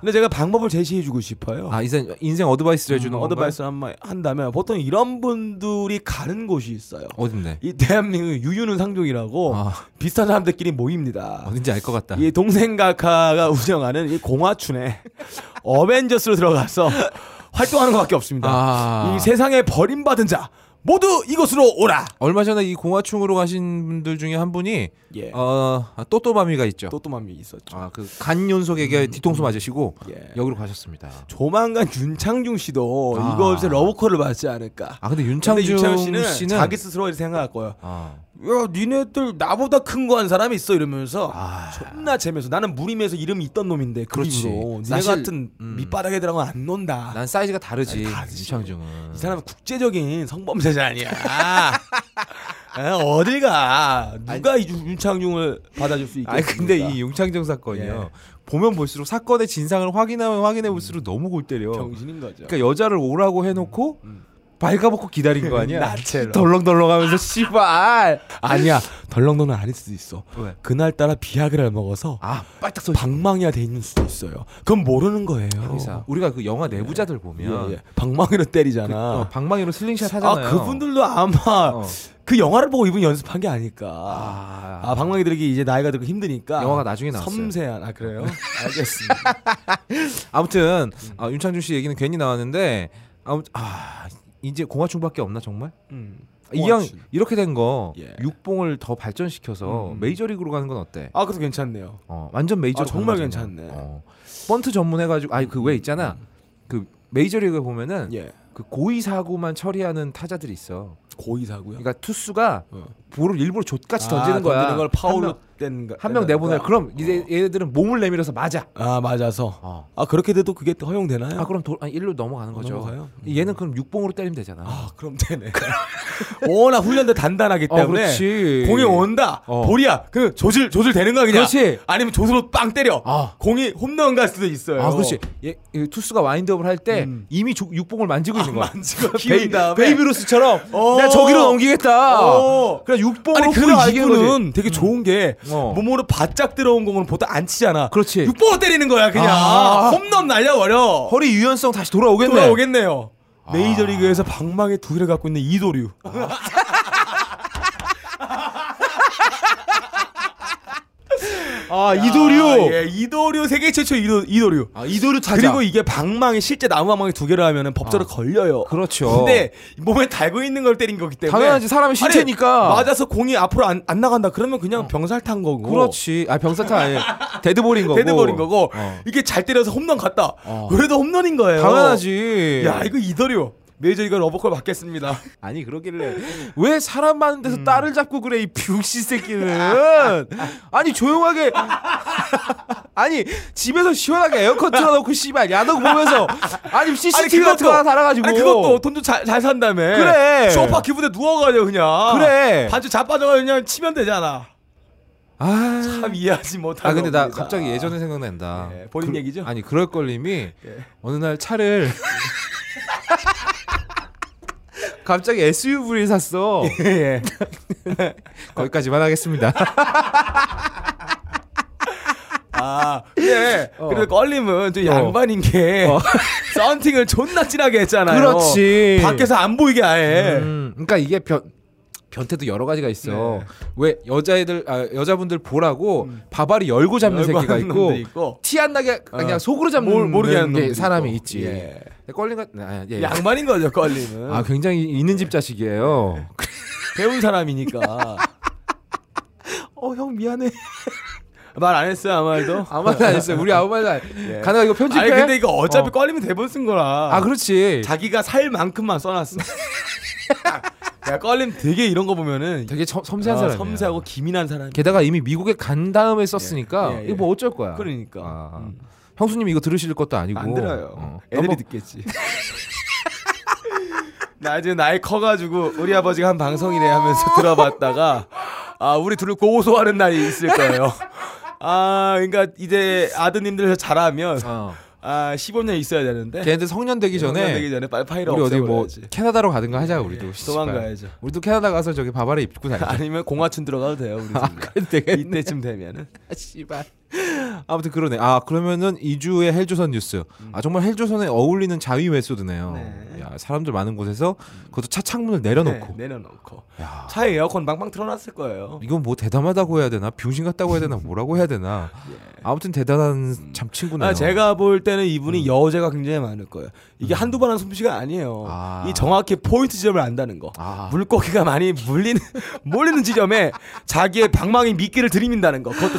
[SPEAKER 2] 근데 제가 방법을 제시해주고 싶어요.
[SPEAKER 1] 아 인생 인생 어드바이스를
[SPEAKER 2] 음,
[SPEAKER 1] 해주는
[SPEAKER 2] 어드바이스 한번 한다면 보통 이런 분들이 가는 곳이 있어요.
[SPEAKER 1] 건가요? 어딘데?
[SPEAKER 2] 이 대한민국 유유는 상종이라고
[SPEAKER 1] 아.
[SPEAKER 2] 비슷한 사람들끼리 모입니다.
[SPEAKER 1] 어딘지 알 것 같다.
[SPEAKER 2] 이 동생 가카가 운영하는 이 공화춘에 어벤져스로 들어가서 활동하는 것밖에 없습니다.
[SPEAKER 1] 아.
[SPEAKER 2] 이 세상에 버림받은 자 모두 이곳으로 오라.
[SPEAKER 1] 얼마 전에 이 공화충으로 가신 분들 중에 한 분이
[SPEAKER 2] 예.
[SPEAKER 1] 어 아, 또또마미가 있죠.
[SPEAKER 2] 또또맘이 있었죠.
[SPEAKER 1] 아그간 연속에게 뒤통수 맞으시고
[SPEAKER 2] 예.
[SPEAKER 1] 여기로 가셨습니다.
[SPEAKER 2] 조만간 윤창중 씨도
[SPEAKER 1] 아.
[SPEAKER 2] 이것에 러브콜을 받지 않을까.
[SPEAKER 1] 아 근데
[SPEAKER 2] 근데
[SPEAKER 1] 윤창중
[SPEAKER 2] 윤창
[SPEAKER 1] 씨는,
[SPEAKER 2] 씨는, 자기 스스로 이렇게 생각할 거예요.
[SPEAKER 1] 아,
[SPEAKER 2] 야, 니네들 나보다 큰 거 한 사람이 있어 이러면서
[SPEAKER 1] 아.
[SPEAKER 2] 존나 재면서 나는 무림에서 이름이 있던 놈인데 그
[SPEAKER 1] 그렇지.
[SPEAKER 2] 입으로 니네
[SPEAKER 1] 사실,
[SPEAKER 2] 같은
[SPEAKER 1] 음.
[SPEAKER 2] 밑바닥에 들어가면 안 논다.
[SPEAKER 1] 난 사이즈가 다르지.
[SPEAKER 2] 아니, 다르지.
[SPEAKER 1] 윤창중은
[SPEAKER 2] 이 사람은 국제적인 성범죄자 아니야. 에, 어딜 가? 누가 이 유- 윤창중을 받아줄 수 있겠어?
[SPEAKER 1] 아니 근데 이 용창정 사건이요 보면 볼수록 사건의 진상을 확인하면 확인해 볼수록 너무 골 때려.
[SPEAKER 2] 정신인 거죠.
[SPEAKER 1] 그러니까 여자를 오라고 해놓고 발가벗고 기다린 거 아니야?
[SPEAKER 2] 나체로.
[SPEAKER 1] 덜렁덜렁하면서 씨발.
[SPEAKER 2] 아니야, 덜렁너는 아닐 수도 있어.
[SPEAKER 1] 왜?
[SPEAKER 2] 그날 따라 비아그라를 먹어서
[SPEAKER 1] 아 빨딱 서.
[SPEAKER 2] 방망이가 돼 있는 수도 있어요. 그건 모르는 거예요.
[SPEAKER 1] 의사. 우리가 그 영화 내부자들 보면
[SPEAKER 2] 예, 예. 방망이로 때리잖아.
[SPEAKER 1] 어, 방망이로 슬링샷 하잖아요.
[SPEAKER 2] 아 그분들도 아마
[SPEAKER 1] 어.
[SPEAKER 2] 그 영화를 보고 이분 연습한 게 아닐까.
[SPEAKER 1] 아,
[SPEAKER 2] 아, 방망이들이 이제 나이가 들고 힘드니까
[SPEAKER 1] 영화가 나중에 나왔어요.
[SPEAKER 2] 섬세한 아 그래요? 알겠습니다.
[SPEAKER 1] 아무튼
[SPEAKER 2] 음.
[SPEAKER 1] 아, 윤창준 씨 얘기는 괜히 나왔는데 아무 아 이제 공화충밖에 없나 정말?
[SPEAKER 2] 음.
[SPEAKER 1] 이왕
[SPEAKER 2] 고맙습니다.
[SPEAKER 1] 이렇게 된 거
[SPEAKER 2] 예.
[SPEAKER 1] 육봉을 더 발전시켜서
[SPEAKER 2] 음.
[SPEAKER 1] 메이저리그로 가는 건 어때?
[SPEAKER 2] 아 그래도 괜찮네요.
[SPEAKER 1] 어, 완전 메이저
[SPEAKER 2] 아, 정말
[SPEAKER 1] 가는 거잖아.
[SPEAKER 2] 괜찮네. 음,
[SPEAKER 1] 어. 번트 전문해가지고 아니 그 왜 있잖아 그 메이저리그 보면은
[SPEAKER 2] 예.
[SPEAKER 1] 그 고의 사고만 처리하는 타자들이 있어.
[SPEAKER 2] 고의사고요.
[SPEAKER 1] 그러니까 투수가
[SPEAKER 2] 어.
[SPEAKER 1] 볼을 일부러 족같이
[SPEAKER 2] 아,
[SPEAKER 1] 던지는 거야.
[SPEAKER 2] 걸 파울로
[SPEAKER 1] 한 명 내보내. 그럼 이제
[SPEAKER 2] 어.
[SPEAKER 1] 얘네들은 몸을 내밀어서 맞아.
[SPEAKER 2] 아 맞아서.
[SPEAKER 1] 어.
[SPEAKER 2] 아 그렇게 돼도 그게 또 허용되나요?
[SPEAKER 1] 아 그럼 도, 아, 일로 넘어가는 거죠.
[SPEAKER 2] 넘어가요?
[SPEAKER 1] 얘는 그럼 육봉으로 때리면 되잖아.
[SPEAKER 2] 아, 그럼 되네. 워낙 훈련도 단단하기
[SPEAKER 1] 어,
[SPEAKER 2] 때문에
[SPEAKER 1] 그렇지.
[SPEAKER 2] 공이 온다.
[SPEAKER 1] 어.
[SPEAKER 2] 볼이야. 그 조질 조질 되는 거야 그냥.
[SPEAKER 1] 그렇지.
[SPEAKER 2] 아니면 조수로 빵 때려.
[SPEAKER 1] 아.
[SPEAKER 2] 공이 홈런 갈 수도 있어요.
[SPEAKER 1] 아, 그렇지. 얘, 이 투수가 와인드업을 할 때
[SPEAKER 2] 음.
[SPEAKER 1] 이미 조- 육봉을 아, 만지고 있는 거야.
[SPEAKER 2] 만지고
[SPEAKER 1] 베이,
[SPEAKER 2] 키운 다음에.
[SPEAKER 1] 베이비루스처럼
[SPEAKER 2] 어.
[SPEAKER 1] 내가 저기로 넘기겠다.
[SPEAKER 2] 어.
[SPEAKER 1] 그래 육봉으로
[SPEAKER 2] 아니 그
[SPEAKER 1] 볼을 이기는 거지. 음.
[SPEAKER 2] 알고는 되게 좋은 게
[SPEAKER 1] 어.
[SPEAKER 2] 몸으로 바짝 들어온 공은 보통 안 치잖아.
[SPEAKER 1] 그렇지.
[SPEAKER 2] 육보로 때리는 거야 그냥
[SPEAKER 1] 아.
[SPEAKER 2] 홈런 날려버려.
[SPEAKER 1] 허리 유연성 다시 돌아오겠네.
[SPEAKER 2] 돌아오겠네요. 메이저리그에서 방망이 두 개를 갖고 있는 이도류.
[SPEAKER 1] 아
[SPEAKER 2] 아, 예, 이도류 세계 최초 이도, 이도류.
[SPEAKER 1] 아 이도류 타자.
[SPEAKER 2] 그리고 이게 방망이 실제 나무 방망이 두 개를 하면은 법적으로 걸려요.
[SPEAKER 1] 그렇죠.
[SPEAKER 2] 근데 몸에 달고 있는 걸 때린 거기 때문에
[SPEAKER 1] 당연하지 사람이
[SPEAKER 2] 아니,
[SPEAKER 1] 신체니까.
[SPEAKER 2] 맞아서 공이 앞으로 안, 안 나간다 그러면 어. 그냥 병살 탄 거고
[SPEAKER 1] 그렇지. 아 병사타 아니 데드볼인 거고.
[SPEAKER 2] 데드버린 거고
[SPEAKER 1] 어.
[SPEAKER 2] 이게 잘 때려서 홈런 갔다
[SPEAKER 1] 어.
[SPEAKER 2] 그래도 홈런인 거예요
[SPEAKER 1] 당연하지.
[SPEAKER 2] 야 이거 이더리오 메이저리그 러버콜 받겠습니다
[SPEAKER 1] 아니 그러길래 왜 사람 많은 데서
[SPEAKER 2] 음.
[SPEAKER 1] 딸을 잡고 그래 이 병신 새끼는 아니 조용하게 아니 집에서 시원하게 에어컨 틀어놓고 씨발 야동 보면서 아니 CCTV 같은 거 하나 달아가지고
[SPEAKER 2] 아니 그것도 돈 좀 잘 산다며
[SPEAKER 1] 그래.
[SPEAKER 2] 소파 기분에 누워가지고 그냥
[SPEAKER 1] 그래.
[SPEAKER 2] 반주 자빠져가지고 그냥 치면 되잖아
[SPEAKER 1] 아,
[SPEAKER 2] 참 이해하지 못하는
[SPEAKER 1] 아 근데 나
[SPEAKER 2] 겁니다.
[SPEAKER 1] 갑자기 예전에 생각난다
[SPEAKER 2] 예, 본인
[SPEAKER 1] 그-
[SPEAKER 2] 얘기죠?
[SPEAKER 1] 아니 그럴 걸님이
[SPEAKER 2] 예.
[SPEAKER 1] 어느 날 차를 갑자기 SUV를 샀어
[SPEAKER 2] 예, 예.
[SPEAKER 1] 거기까지만 하겠습니다
[SPEAKER 2] 아, 예.
[SPEAKER 1] 어.
[SPEAKER 2] 그리고 껄림은 좀
[SPEAKER 1] 어.
[SPEAKER 2] 양반인 게
[SPEAKER 1] 어.
[SPEAKER 2] 썬팅을 존나 진하게 했잖아요.
[SPEAKER 1] 그렇지.
[SPEAKER 2] 밖에서 안 보이게 아예.
[SPEAKER 1] 음, 그러니까 이게 변 변태도 여러 가지가 있어.
[SPEAKER 2] 네.
[SPEAKER 1] 왜 여자애들 아, 여자분들 보라고 바바리 열고 잡는
[SPEAKER 2] 음. 열고
[SPEAKER 1] 새끼가
[SPEAKER 2] 하는
[SPEAKER 1] 있고
[SPEAKER 2] 놈도 있고.
[SPEAKER 1] 티 안 나게 그냥
[SPEAKER 2] 어.
[SPEAKER 1] 속으로 잡는
[SPEAKER 2] 뭘 모르게 하는
[SPEAKER 1] 게
[SPEAKER 2] 놈도
[SPEAKER 1] 사람이
[SPEAKER 2] 음, 있고.
[SPEAKER 1] 있지.
[SPEAKER 2] 예.
[SPEAKER 1] 근데 껄린 건 아, 예.
[SPEAKER 2] 양반인 거죠, 그 껄림은.
[SPEAKER 1] 아 굉장히 있는 집
[SPEAKER 2] 예.
[SPEAKER 1] 자식이에요.
[SPEAKER 2] 배운 사람이니까.
[SPEAKER 1] 어 형 미안해.
[SPEAKER 2] 말 안 했어요, 아무 말도.
[SPEAKER 1] 아무 말도 안 했어요. 우리 아무 말도 안.
[SPEAKER 2] 예.
[SPEAKER 1] 가능하 이거 편집해.
[SPEAKER 2] 아니, 근데 이거 어차피
[SPEAKER 1] 어.
[SPEAKER 2] 껄림은 대본 쓴 거라.
[SPEAKER 1] 아 그렇지.
[SPEAKER 2] 자기가 살 만큼만 써놨어. 야, 껄림 되게 이런 거 보면은
[SPEAKER 1] 되게 첨- 섬세한
[SPEAKER 2] 아,
[SPEAKER 1] 사람이야.
[SPEAKER 2] 섬세하고 기민한 사람이.
[SPEAKER 1] 게다가 이미 미국에 간 다음에 썼으니까
[SPEAKER 2] 예, 예, 예.
[SPEAKER 1] 이거 뭐 어쩔 거야.
[SPEAKER 2] 그러니까.
[SPEAKER 1] 아.
[SPEAKER 2] 음.
[SPEAKER 1] 형수님 이거 들으실 것도 아니고.
[SPEAKER 2] 안 들어요.
[SPEAKER 1] 어.
[SPEAKER 2] 애들이
[SPEAKER 1] 넘어-
[SPEAKER 2] 듣겠지. 나중에 나이 커가지고 우리 아버지가 한 방송이네 하면서 들어봤다가 아 우리 둘을 고소하는 날이 있을 거예요. 아 그러니까 이제 아드님들 잘하면
[SPEAKER 1] 어.
[SPEAKER 2] 아 15년 있어야 되는데
[SPEAKER 1] 걔네들 성년 되기 전에
[SPEAKER 2] 되기 전에 빨리 파일을
[SPEAKER 1] 우리 어디 뭐
[SPEAKER 2] 없애버려야지. 예,
[SPEAKER 1] 캐나다로 가든가 하자 우리도 씨발.
[SPEAKER 2] 도망가야죠.
[SPEAKER 1] 우리도 캐나다 가서 저기 바바리 입고 다니자.
[SPEAKER 2] 아니면 공화춘 들어가도 돼요 우리
[SPEAKER 1] 아,
[SPEAKER 2] 집에.
[SPEAKER 1] 그래도 되겠네.
[SPEAKER 2] 이때쯤 되면은
[SPEAKER 1] 씨발. 아무튼 그러네. 아 그러면은 2주의 헬조선 뉴스. 아 정말 헬조선에 어울리는 자위 메소드네요.
[SPEAKER 2] 음. 네.
[SPEAKER 1] 야 사람들 많은 곳에서 그것도 차 창문을 내려놓고.
[SPEAKER 2] 네, 내려놓고
[SPEAKER 1] 야
[SPEAKER 2] 차에 에어컨 빵빵 틀어놨을 거예요.
[SPEAKER 1] 이건 뭐 대담하다고 해야 되나 병신 같다고 해야 되나 뭐라고 해야 되나. 아무튼 대단한 참 친구네요. 음.
[SPEAKER 2] 예. 아, 제가 볼 때는 이분이 여제가 굉장히 많을 거예요. 이게 한두 번 한 솜씨가 아니에요.
[SPEAKER 1] 아.
[SPEAKER 2] 이 정확히 포인트 지점을 안다는 거.
[SPEAKER 1] 아.
[SPEAKER 2] 물고기가 많이 물리는 몰리는 지점에 자기의 방망이 미끼를 들이민다는 거. 그것도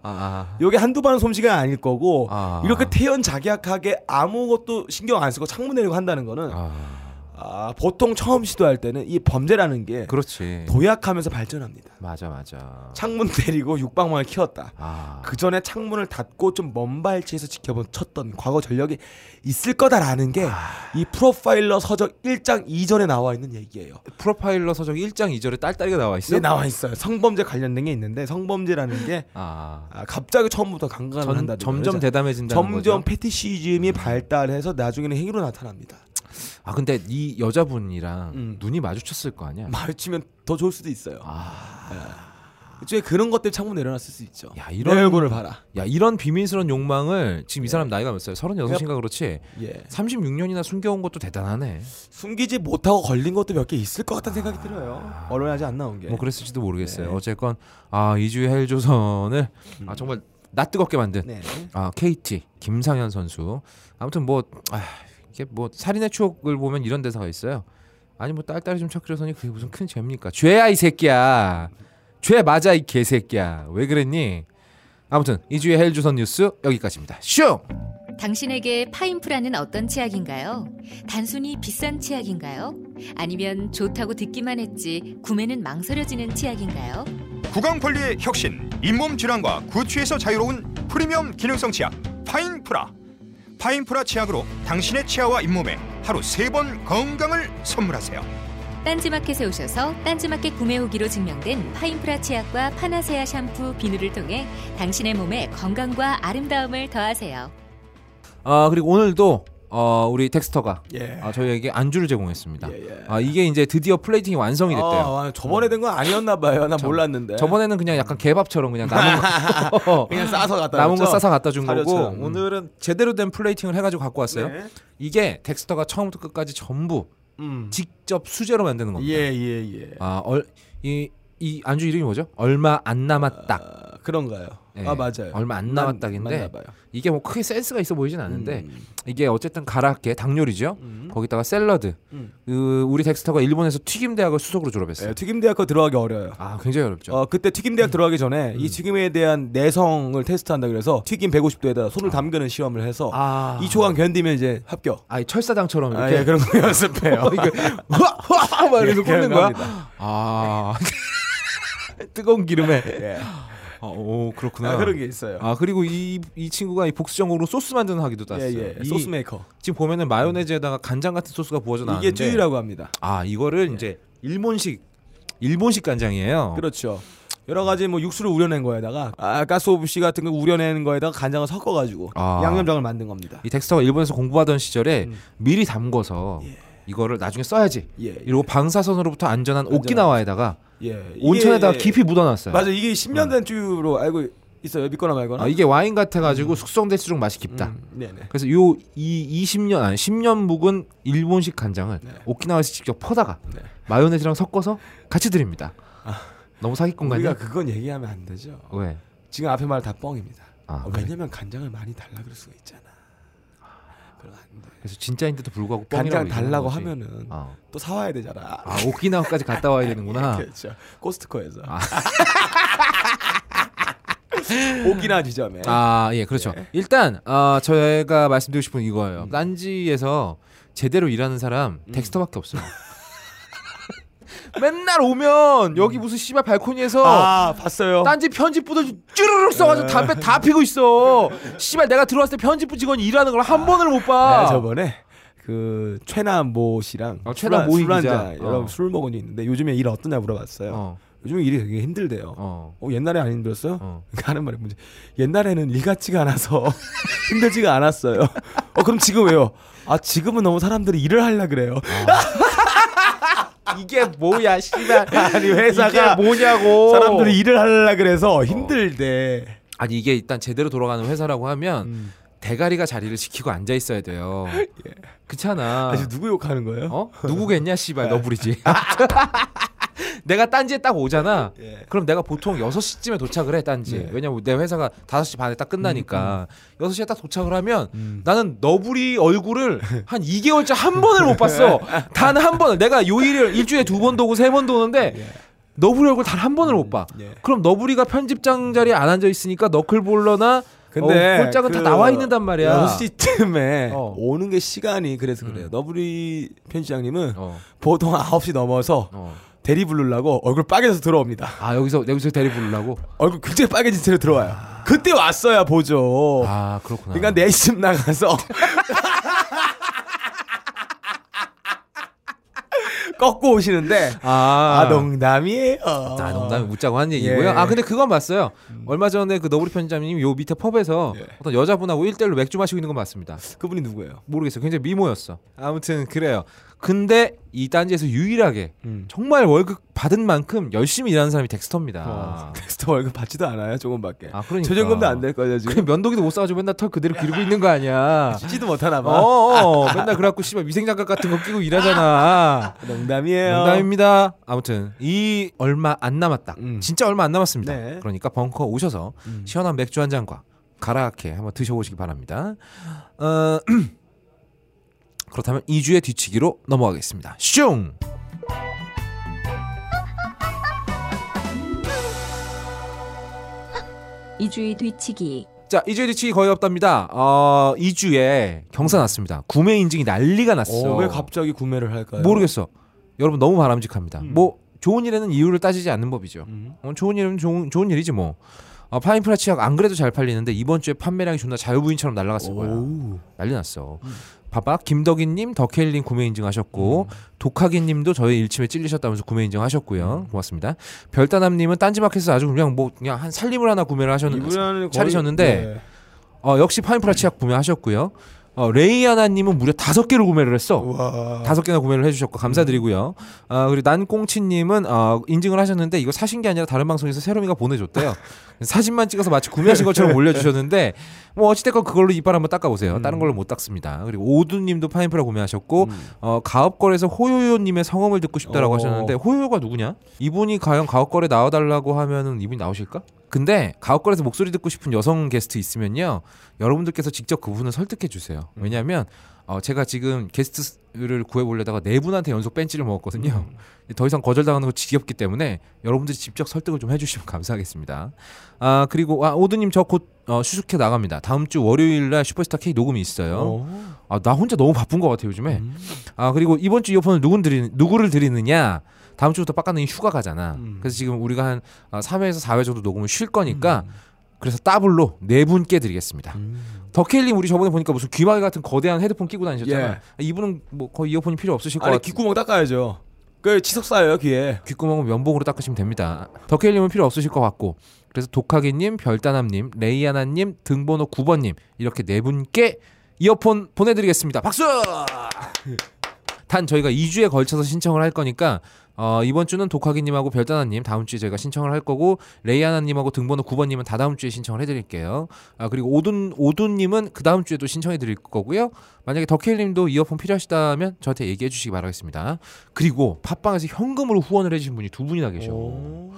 [SPEAKER 1] 아, 아.
[SPEAKER 2] 요게 한두 번 한 솜씨가 아닐 거고
[SPEAKER 1] 아.
[SPEAKER 2] 이렇게 태연자기약하게 아무것도 신경 안 쓰고 창문 내리고 한다는 거는
[SPEAKER 1] 아,
[SPEAKER 2] 아, 보통 처음 시도할 때는 이 범죄라는 게
[SPEAKER 1] 그렇지.
[SPEAKER 2] 도약하면서 발전합니다.
[SPEAKER 1] 맞아 예. 맞아.
[SPEAKER 2] 창문 내리고 육방망을 키웠다.
[SPEAKER 1] 아.
[SPEAKER 2] 그 전에 창문을 닫고 좀 먼 발치에서 지켜본 쳤던 과거 전력이 있을 거다라는 게 이
[SPEAKER 1] 아.
[SPEAKER 2] 프로파일러 서적 1장 2절에 나와 있는 얘기예요.
[SPEAKER 1] 프로파일러 서적 1장 2절에 딸딸이가 나와 있어.
[SPEAKER 2] 네, 나와 있어요. 성범죄 관련된 게 있는데 성범죄라는 게
[SPEAKER 1] 아.
[SPEAKER 2] 아, 갑자기 처음부터 강간을
[SPEAKER 1] 전,
[SPEAKER 2] 한다.
[SPEAKER 1] 점점 대담해진다는
[SPEAKER 2] 점점
[SPEAKER 1] 거죠. 음.
[SPEAKER 2] 패티시즘이 발달해서 나중에는 행위로 나타납니다.
[SPEAKER 1] 아 근데 이 여자분이랑
[SPEAKER 2] 음.
[SPEAKER 1] 눈이 마주쳤을 거 아니야.
[SPEAKER 2] 마주치면 더 좋을 수도 있어요.
[SPEAKER 1] 아,
[SPEAKER 2] 그중에 그런 것들 창문 내려놨을 수 있죠.
[SPEAKER 1] 야 이런
[SPEAKER 2] 내 얼굴을 봐라.
[SPEAKER 1] 야 이런 비밀스러운 욕망을 지금 이 사람 나이가 몇 살? 36인가 그렇지.
[SPEAKER 2] 예.
[SPEAKER 1] 36년이나 숨겨온 것도 대단하네.
[SPEAKER 2] 숨기지 못하고 걸린 것도 몇 개 있을 것 같다는 생각이 들어요. 언론에 아직 안 나온 게.
[SPEAKER 1] 뭐 그랬을지도 모르겠어요. 어쨌건 아 이주의 헬조선을 아 정말 나 뜨겁게 만든
[SPEAKER 2] 네.
[SPEAKER 1] 아 KT 김상현 선수. 아무튼 뭐 아, 이게 뭐 살인의 추억을 보면 이런 대사가 있어요. 아니 뭐 딸딸이 좀 찾기로서니 그게 무슨 큰 죄입니까? 죄야 이 새끼야. 죄 맞아 이 개새끼야. 왜 그랬니? 아무튼 이주의 헬조선 뉴스 여기까지입니다. 슝.
[SPEAKER 3] 당신에게 파인프라는 어떤 치약인가요? 단순히 비싼 치약인가요? 아니면 좋다고 듣기만 했지 구매는 망설여지는 치약인가요?
[SPEAKER 4] 구강관리의 혁신, 잇몸 질환과 구취에서 자유로운 프리미엄 기능성 치약 파인프라. 파인프라 치약으로 당신의 치아와 잇몸에 하루 세 번 건강을 선물하세요.
[SPEAKER 3] 딴지마켓에 오셔서 딴지마켓 구매 후기로 증명된 파인프라 치약과 파나세아 샴푸 비누를 통해 당신의 몸에 건강과 아름다움을 더하세요.
[SPEAKER 1] 아 그리고 오늘도 어, 우리 텍스터가
[SPEAKER 2] 예.
[SPEAKER 1] 아, 저희에게 안주를 제공했습니다.
[SPEAKER 2] 예, 예.
[SPEAKER 1] 아, 이게 이제 드디어 플레이팅이 완성이 됐대요.
[SPEAKER 2] 아, 네. 아, 저번에 된 건 아니었나 봐요. 나 몰랐는데.
[SPEAKER 1] 저번에는 그냥 약간 개밥처럼 그냥 남은 거
[SPEAKER 2] 그냥 싸서 갖다
[SPEAKER 1] 남은 거
[SPEAKER 2] 줬죠?
[SPEAKER 1] 싸서 갖다 준 거고
[SPEAKER 2] 사료처럼. 음.
[SPEAKER 1] 오늘은 제대로 된 플레이팅을 해가지고 갖고 왔어요.
[SPEAKER 2] 네.
[SPEAKER 1] 이게 텍스터가 처음부터 끝까지 전부
[SPEAKER 2] 음.
[SPEAKER 1] 직접 수제로 만드는 겁니다.
[SPEAKER 2] 예, 예, 예.
[SPEAKER 1] 아, 얼, 이, 이 안주 이름이 뭐죠? 얼마 안 남았다.
[SPEAKER 2] 아, 그런가요?
[SPEAKER 1] 예.
[SPEAKER 2] 아, 맞아요.
[SPEAKER 1] 얼마 안
[SPEAKER 2] 남-
[SPEAKER 1] 남았다인데
[SPEAKER 2] 맞나 봐요.
[SPEAKER 1] 이게 뭐 크게 센스가 있어 보이진 않는데
[SPEAKER 2] 음.
[SPEAKER 1] 이게 어쨌든 가라케 당뇨리죠.
[SPEAKER 2] 음.
[SPEAKER 1] 거기다가 샐러드.
[SPEAKER 2] 음.
[SPEAKER 1] 그 우리 덱스터가 일본에서 튀김 대학을 수석으로 졸업했어요.
[SPEAKER 2] 예, 튀김 대학 거 들어가기 어려워요.
[SPEAKER 1] 아 굉장히 어렵죠. 음.
[SPEAKER 2] 어 그때 튀김 대학 들어가기 전에 이 튀김에 대한 내성을 테스트한다 그래서 튀김 150도에다가 손을 담그는 시험을 해서
[SPEAKER 1] 아.
[SPEAKER 2] 2초간 견디면 이제 합격.
[SPEAKER 1] 아 철사당처럼
[SPEAKER 2] 아,
[SPEAKER 1] 이렇게 어,
[SPEAKER 2] 예, 그런 거 연습해요.
[SPEAKER 1] 흐아 막 이러면서
[SPEAKER 2] 예,
[SPEAKER 1] 굽는 거야.
[SPEAKER 2] 합니다.
[SPEAKER 1] 아 뜨거운 기름에.
[SPEAKER 2] 예.
[SPEAKER 1] 아, 오 그렇구나.
[SPEAKER 2] 아, 그런 게 있어요.
[SPEAKER 1] 아, 그리고 이, 이 친구가 이 복수전공으로 소스 만드는 하기도 땄어요.
[SPEAKER 2] 예, 예.
[SPEAKER 1] 아, 이-
[SPEAKER 2] 소스 메이커.
[SPEAKER 1] 지금 보면은 마요네즈에다가 간장 같은 소스가 부어져 나왔는데
[SPEAKER 2] 이게 쯔유라고 합니다.
[SPEAKER 1] 아 이거를 이제 일본식 일본식 간장이에요.
[SPEAKER 2] 그렇죠. 여러 가지 뭐 육수를 우려낸 거에다가 아, 가스오브씨 같은 거 우려낸 거에다가 간장을 섞어 가지고
[SPEAKER 1] 아.
[SPEAKER 2] 양념장을 만든 겁니다.
[SPEAKER 1] 이 텍스터가 일본에서 공부하던 시절에 미리 담궈서 이거를 나중에 써야지.
[SPEAKER 2] 음. 예, 예.
[SPEAKER 1] 그리고 방사선으로부터 안전한 오키나와에다가
[SPEAKER 2] 예. 이게-
[SPEAKER 1] 온천에다가 깊이 묻어놨어요.
[SPEAKER 2] 맞아. 이게 10년 된 쯔유로 알고 있어요. 믿거나 말거나.
[SPEAKER 1] 아, 이게 와인 같아가지고 숙성될수록 맛이 깊다.
[SPEAKER 2] 음, 네네.
[SPEAKER 1] 그래서 요 이 20년 아니 10년 묵은 일본식 간장을
[SPEAKER 2] 네.
[SPEAKER 1] 오키나와에서 직접 퍼다가 마요네즈랑 섞어서 같이 드립니다. 너무 사기꾼 같냐?
[SPEAKER 2] 아. 우리가 그건 얘기하면 안 되죠.
[SPEAKER 1] 왜?
[SPEAKER 2] 지금 앞에 말 다 뻥입니다.
[SPEAKER 1] 어. 아,
[SPEAKER 2] 어,
[SPEAKER 1] 그래.
[SPEAKER 2] 왜냐면 간장을 많이 달라 그럴 수가 있잖아. 그럼 안 돼.
[SPEAKER 1] 그래서 진짜인데도 불구하고 뻥이라고
[SPEAKER 2] 간장
[SPEAKER 1] 얘기하는
[SPEAKER 2] 달라고
[SPEAKER 1] 거지.
[SPEAKER 2] 하면은
[SPEAKER 1] 아.
[SPEAKER 2] 또 사와야 되잖아.
[SPEAKER 1] 아 오키나와까지 갔다 와야 되는구나.
[SPEAKER 2] 그렇죠. 코스트코에서.
[SPEAKER 1] 아.
[SPEAKER 2] 오키나 지점에.
[SPEAKER 1] 아, 예, 그렇죠.
[SPEAKER 2] 네.
[SPEAKER 1] 일단 아, 저희가 말씀드리고 싶은 이거예요.
[SPEAKER 2] 음.
[SPEAKER 1] 딴지에서 제대로 일하는 사람 덱스터밖에 없어요. 맨날 오면 여기 무슨 씨발 발코니에서
[SPEAKER 2] 아, 봤어요. 네.
[SPEAKER 1] 딴지 편집부도 쭈르륵 써가지고 담배 다 피고 있어. 씨발 내가 들어왔을 때 편집부 직원이 일하는 걸 한 번을 못 봐.
[SPEAKER 2] 네, 저번에 그 최남 모 씨랑
[SPEAKER 1] 아, 최남 모 기자.
[SPEAKER 2] 여러
[SPEAKER 1] 어.
[SPEAKER 2] 술 먹은 적 있는데 요즘에 일 어떠냐 물어봤어요.
[SPEAKER 1] 어,
[SPEAKER 2] 요즘 일이 되게 힘들대요. 어.
[SPEAKER 1] 어,
[SPEAKER 2] 옛날에 안 힘들었어요?
[SPEAKER 1] 어.
[SPEAKER 2] 그러니까 하는 말이 뭔지 옛날에는 일 같지가 않아서 힘들지가 않았어요. 어 그럼 지금 왜요? 아 지금은 너무 사람들이 일을 하려 그래요.
[SPEAKER 1] 이게 뭐야, 씨발.
[SPEAKER 2] 아니
[SPEAKER 1] 이게
[SPEAKER 2] 회사가
[SPEAKER 1] 뭐냐고.
[SPEAKER 2] 사람들이 일을 하려 그래서 힘들대.
[SPEAKER 1] 아니 이게 일단 제대로 돌아가는 회사라고 하면
[SPEAKER 2] 음.
[SPEAKER 1] 대가리가 자리를 지키고 앉아 있어야 돼요. 그렇잖아.
[SPEAKER 2] 예. 아, 지금 누구 욕하는 거예요?
[SPEAKER 1] 어? 누구겠냐 씨발 너부리지. 내가 딴지에 딱 오잖아.
[SPEAKER 2] 예.
[SPEAKER 1] 그럼 내가 보통 6시쯤에 도착을 해 딴지에.
[SPEAKER 2] 네.
[SPEAKER 1] 왜냐면 내 회사가 5시 반에 딱
[SPEAKER 2] 음,
[SPEAKER 1] 끝나니까. 6시에 딱 도착을 하면 나는 너부리 얼굴을 한 2개월째 한 번을 못 봤어. 단 한 번을. 내가 요일을 일주일에 두 번도 오고 세 번도 오는데 너부리 얼굴 단 한 번을 못 봐.
[SPEAKER 2] 예.
[SPEAKER 1] 그럼 너부리가 편집장 자리에 안 앉아 있으니까 너클볼러나
[SPEAKER 2] 근데 그
[SPEAKER 1] 어, 꼴짝은 다 나와 있는단 말이야.
[SPEAKER 2] 6시쯤에
[SPEAKER 1] 어. 음.
[SPEAKER 2] 오는 게 시간이 그래서 그래요. 너브리 편집장님은
[SPEAKER 1] 어.
[SPEAKER 2] 보통 9시 넘어서
[SPEAKER 1] 어.
[SPEAKER 2] 대리 부르려고 얼굴 빨개져서 들어옵니다.
[SPEAKER 1] 아 여기서 여기서 대리 부르려고.
[SPEAKER 2] 얼굴 굉장히 빨개진 채로 들어와요. 그때 왔어야 보죠.
[SPEAKER 1] 아 그렇구나.
[SPEAKER 2] 그러니까 4시쯤 나가서 꺾고 오시는데 아,
[SPEAKER 1] 아,
[SPEAKER 2] 농담이에요.
[SPEAKER 1] 아, 농담이 웃자고 하는 얘기고요.
[SPEAKER 2] 예. 음.
[SPEAKER 1] 아 근데 그건 봤어요. 얼마 전에 그 너구리 편집장님 요 밑에 펍에서
[SPEAKER 2] 예.
[SPEAKER 1] 어떤 여자분하고 일대일로 맥주 마시고 있는 건 맞습니다.
[SPEAKER 2] 그분이 누구예요?
[SPEAKER 1] 모르겠어요. 굉장히 미모였어. 아무튼 그래요. 근데 이 딴지에서 유일하게
[SPEAKER 2] 음.
[SPEAKER 1] 정말 월급 받은 만큼 열심히 일하는 사람이 덱스터입니다.
[SPEAKER 2] 텍스트 아. 월급 받지도 않아요. 조금밖에.
[SPEAKER 1] 아, 그러니까.
[SPEAKER 2] 최저임금도 안 될 거예요 지금.
[SPEAKER 1] 그냥 면도기도 못 싸가지고 맨날 털 그대로 기르고 있는 거 아니야.
[SPEAKER 2] 지지도 못하나
[SPEAKER 1] 어,
[SPEAKER 2] 봐.
[SPEAKER 1] 어, 맨날 그래갖고 씨발 위생장갑 같은 거 끼고 일하잖아.
[SPEAKER 2] 농담이에요.
[SPEAKER 1] 농담입니다. 아무튼 이 얼마 안 남았다.
[SPEAKER 2] 음.
[SPEAKER 1] 진짜 얼마 안 남았습니다.
[SPEAKER 2] 네. 음.
[SPEAKER 1] 그러니까 벙커 오셔서 시원한 맥주 한 잔과 가라아케 한번 드셔보시기 바랍니다. 어, 그렇다면 2주의 뒤치기로 넘어가겠습니다. 슝!
[SPEAKER 3] 이주의 뒤치기
[SPEAKER 1] 자, 2주의 뒤치기 거의 없답니다. 어, 2주에 경사 났습니다. 구매 인증이 난리가 났어.
[SPEAKER 2] 어, 왜 갑자기 구매를 할까요?
[SPEAKER 1] 모르겠어. 여러분 너무 바람직합니다.
[SPEAKER 2] 네. 음.
[SPEAKER 1] 뭐 좋은 일에는 이유를 따지지 않는 법이죠.
[SPEAKER 2] 음.
[SPEAKER 1] 어, 좋은 일은 좋은, 좋은 일이지 뭐. 어, 파인프라 치약 안 그래도 잘 팔리는데 이번 주에 판매량이 존나 자유부인처럼
[SPEAKER 2] 어,
[SPEAKER 1] 날라갔을 거야.
[SPEAKER 2] 오우. 음.
[SPEAKER 1] 난리 났어. 봐봐 김덕인님, 덕혜일님 구매 인증하셨고 독하기님도 저희 일침에 찔리셨다면서 구매
[SPEAKER 2] 음.
[SPEAKER 1] 인증하셨고요. 고맙습니다. 별따남님은 딴지마켓에서 아주 그냥 뭐 그냥 한 살림을 하나 구매를 하셨는데
[SPEAKER 2] 이분은 거의-
[SPEAKER 1] 차리셨는데.
[SPEAKER 2] 네.
[SPEAKER 1] 어, 역시 파인프라 치약 구매하셨고요. 어, 레이아나님은 무려 다섯 개를 구매를 했어.
[SPEAKER 2] 와.
[SPEAKER 1] 다섯 개나 구매를 해주셨고 감사드리고요. 아 그리고 난꽁치님은 어, 인증을 하셨는데 이거 사신 게 아니라 다른 방송에서 세롬이가 보내줬대요. 사진만 찍어서 마치 구매하신 것처럼 올려주셨는데 뭐 어찌됐건 그걸로 이빨 한번 닦아보세요. 다른 걸로 못 닦습니다. 그리고 오두님도 파인프라 구매하셨고 어, 가업거래에서 호요요님의 성함을 듣고 싶다라고
[SPEAKER 2] 어.
[SPEAKER 1] 하셨는데 네, 호요요가 누구냐? 이분이 과연 가업거래 나와달라고 하면은 이분이 나오실까? 근데 가옥걸에서 목소리 듣고 싶은 여성 게스트 있으면요 여러분들께서 직접 그분을 설득해 주세요 왜냐하면 어, 제가 지금 게스트를 구해보려다가 네 분한테 연속 벤치를 먹었거든요 더 이상 거절당하는 거 지겹기 때문에 여러분들이 직접 설득을 좀 해주시면 감사하겠습니다 아 그리고 아 오드님 저 곧 어, 수수께 나갑니다 다음 주 월요일날 슈퍼스타 K 녹음이 있어요 아 나 혼자 너무 바쁜 것 같아요 요즘에
[SPEAKER 2] 음.
[SPEAKER 1] 아 그리고 이번 주 이어폰을 누군 드리, 누구를 드리느냐 다음 주부터 빡가는 휴가 가잖아
[SPEAKER 2] 음.
[SPEAKER 1] 그래서 지금 우리가 한 아, 3회에서 4회 정도 녹음을 쉴 거니까 그래서 따블로 네 분께 드리겠습니다
[SPEAKER 2] 음.
[SPEAKER 1] 더케일님 우리 저번에 보니까 무슨 귀마개 같은 거대한 헤드폰 끼고 다니셨잖아
[SPEAKER 2] 예.
[SPEAKER 1] 아, 이분은 뭐 거의 이어폰이 필요 없으실 것
[SPEAKER 2] 아니
[SPEAKER 1] 같아요
[SPEAKER 2] 그러니까 귓구멍 닦아야죠. 그 치석 쌓여요 귀에.
[SPEAKER 1] 귓구멍은 면봉으로 닦으시면 됩니다. 덕혜일님은 필요 없으실 것 같고 그래서 독하기님, 별다남님, 레이아나님, 등번호 9번님 이렇게 네 분께 이어폰 보내드리겠습니다. 박수! 단 저희가 2주에 걸쳐서 신청을 할 거니까 어, 이번 주는 독하기님하고 별다나님 다음 주에 저희가 신청을 할 거고 레이아나님하고 등번호 9번님은 다 다음 주에 신청을 해드릴게요. 아, 그리고 오둔 오둔님은 그 다음 주에도 신청해드릴 거고요. 만약에 덕혜일님도 이어폰 필요하시다면 저한테 얘기해주시기 바라겠습니다. 그리고 팟빵에서 현금으로 후원을 해주신 분이 두 분이나 계셔.
[SPEAKER 2] 오.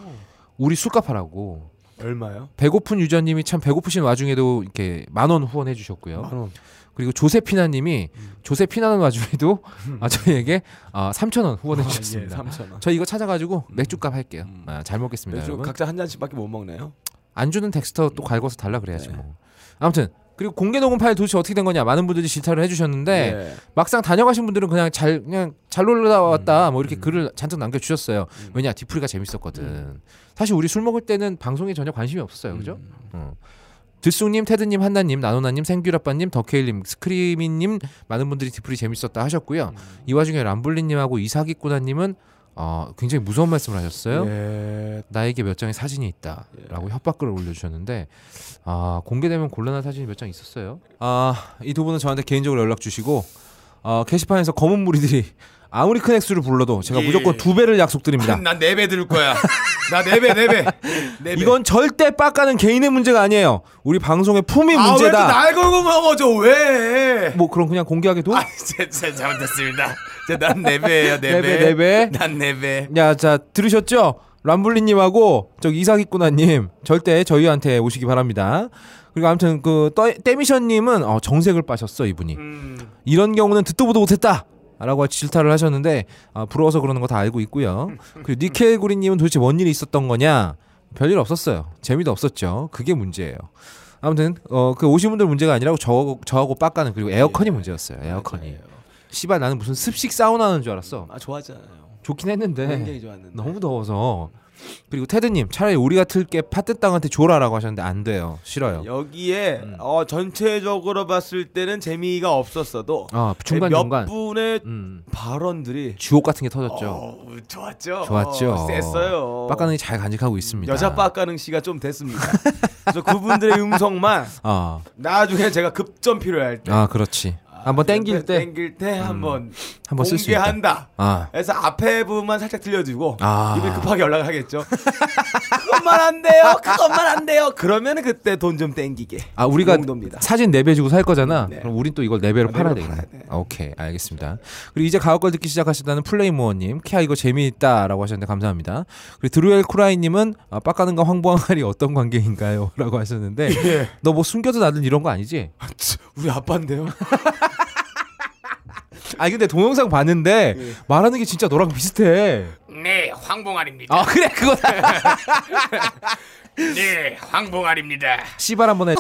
[SPEAKER 1] 우리 술값하라고
[SPEAKER 2] 얼마요?
[SPEAKER 1] 배고픈 유저님이 참 배고프신 와중에도 이렇게 만 원 후원해 주셨고요.
[SPEAKER 2] 만 원. 음.
[SPEAKER 1] 그리고 조세피나님이 조세피나는 와중에도 아, 저희에게 아, 3천 원 후원해 주셨습니다.
[SPEAKER 2] 아, 예, 3천 원.
[SPEAKER 1] 저 이거 찾아가지고 맥주값 할게요. 아, 잘 먹겠습니다,
[SPEAKER 2] 맥주 음.
[SPEAKER 1] 여러분.
[SPEAKER 2] 각자 한 잔씩밖에 못 먹네요.
[SPEAKER 1] 안 주는 텍스터 또 갈궈서 달라 그래야지
[SPEAKER 2] 네.
[SPEAKER 1] 뭐. 아무튼 그리고 공개 녹음 파일 도대체 어떻게 된 거냐 많은 분들이 질타를 해주셨는데
[SPEAKER 2] 예.
[SPEAKER 1] 막상 다녀가신 분들은 그냥 잘 그냥 잘 놀다 왔다 뭐 이렇게 글을 잔뜩 남겨주셨어요. 왜냐 뒤풀이가 재밌었거든. 사실 우리 술 먹을 때는 방송에 전혀 관심이 없었어요, 그죠? 어. 들쑥님, 테드님, 한나님, 나노나님, 생규라빠님, 더케일님, 스크리미님 많은 분들이 뒤풀이 재밌었다 하셨고요. 이 와중에 람블리님하고 이사기꾸나님은 어, 굉장히 무서운 말씀을 하셨어요.
[SPEAKER 2] 예.
[SPEAKER 1] 나에게 몇 장의 사진이 있다라고 협박글을 올려주셨는데 아 공개되면 곤란한 사진이 몇 장 있었어요. 아 이 두 분은 저한테 개인적으로 연락 주시고 어, 게시판에서 검은 무리들이 아무리 큰 액수를 불러도 제가
[SPEAKER 4] 예.
[SPEAKER 1] 무조건 두 배를 약속드립니다.
[SPEAKER 4] 난네배 들을 거야. 네 나네배네 배.
[SPEAKER 1] 이건 절대 빡가는 개인의 문제가 아니에요. 우리 방송의 품이
[SPEAKER 2] 아왜또
[SPEAKER 1] 문제다.
[SPEAKER 2] 날 걸고 먹어줘 왜?
[SPEAKER 1] 뭐 그럼 그냥 공개하게
[SPEAKER 4] 아,
[SPEAKER 1] 둬?
[SPEAKER 4] 제제 잘못했습니다. 제난네 배예요.
[SPEAKER 1] 네 배, 네 배.
[SPEAKER 4] 난네 배.
[SPEAKER 1] 야, 자 들으셨죠? 람블리님하고 저기 이사기꾸나님 절대 저희한테 오시기 바랍니다. 그리고 아무튼 그 떠- 떼미션님은 어, 정색을 빠셨어 이분이.
[SPEAKER 2] 음.
[SPEAKER 1] 이런 경우는 듣도 보도 못했다. 라고 질타를 하셨는데 아, 부러워서 그러는 거 다 알고 있고요. 그리고 니켈구리님은 도대체 뭔 일이 있었던 거냐? 별일 없었어요. 재미도 없었죠. 그게 문제예요. 아무튼 어, 그 오신 분들 문제가 아니라고 저, 저하고 빡가는 그리고 에어컨이 문제였어요. 에어컨이. 씨발 나는 무슨 습식 사우나 하는 줄 알았어.
[SPEAKER 2] 아 좋아하잖아요.
[SPEAKER 1] 좋긴 했는데
[SPEAKER 2] 굉장히 좋았는데.
[SPEAKER 1] 네. 너무 더워서 그리고 테드님 차라리 우리가 틀게 파트땅한테 줘라라고 하셨는데 안 돼요 싫어요 음.
[SPEAKER 2] 여기에 어, 전체적으로 봤을 때는 재미가 없었어도
[SPEAKER 1] 아 중간
[SPEAKER 2] 몇
[SPEAKER 1] 중간
[SPEAKER 2] 분의
[SPEAKER 1] 음,
[SPEAKER 2] 발언들이
[SPEAKER 1] 주옥 같은 게 터졌죠
[SPEAKER 2] 어우, 좋았죠.
[SPEAKER 1] 좋았죠
[SPEAKER 2] 어, 셌어요.
[SPEAKER 1] 빡가능이 잘 간직하고 있습니다
[SPEAKER 2] 여자 빡가능 씨가 좀 됐습니다. 그래서 그분들의 음성만
[SPEAKER 1] 아,
[SPEAKER 2] 나중에 제가 급전 필요할 때
[SPEAKER 1] 아 그렇지 한번 땡길 때
[SPEAKER 2] 네,
[SPEAKER 1] 음.
[SPEAKER 2] 땡길 때 한번
[SPEAKER 1] 한번 쓸수 있다.
[SPEAKER 2] 공개한다.
[SPEAKER 1] 아.
[SPEAKER 2] 그래서 앞에 부분만 살짝 들려주고
[SPEAKER 1] 아.
[SPEAKER 2] 이에 급하게 연락을 하겠죠. 그것만 안 돼요. 그것만 안 돼요. 그러면 그때 돈 좀 땡기게.
[SPEAKER 1] 아 우리가
[SPEAKER 2] 그 정도입니다.
[SPEAKER 1] 사진 4배 주고 살 거잖아.
[SPEAKER 2] 네.
[SPEAKER 1] 그럼 우린 또 이걸 4배로 팔아야
[SPEAKER 2] 팔아야
[SPEAKER 1] 되겠네.
[SPEAKER 2] 돼.
[SPEAKER 1] 오케이 알겠습니다. 그리고 이제 가옥걸 듣기 시작하셨다는 플레이모어님. 키아 이거 재미있다 라고 하셨는데 감사합니다. 그리고 드루엘 쿠라이님은 아, 빡가는가 황보항알이 어떤 관계인가요? 라고 하셨는데
[SPEAKER 2] 예.
[SPEAKER 1] 너 뭐 숨겨둔 아들 이런 거 아니지?
[SPEAKER 2] 우리 아빠인데요.
[SPEAKER 1] 아니 근데 동영상 봤는데 말하는 게 진짜 너랑 비슷해.
[SPEAKER 5] 네, 황봉알입니다.
[SPEAKER 1] 아 그래 그거다.
[SPEAKER 5] 네, 황봉알입니다.
[SPEAKER 1] 씨발 한번 해.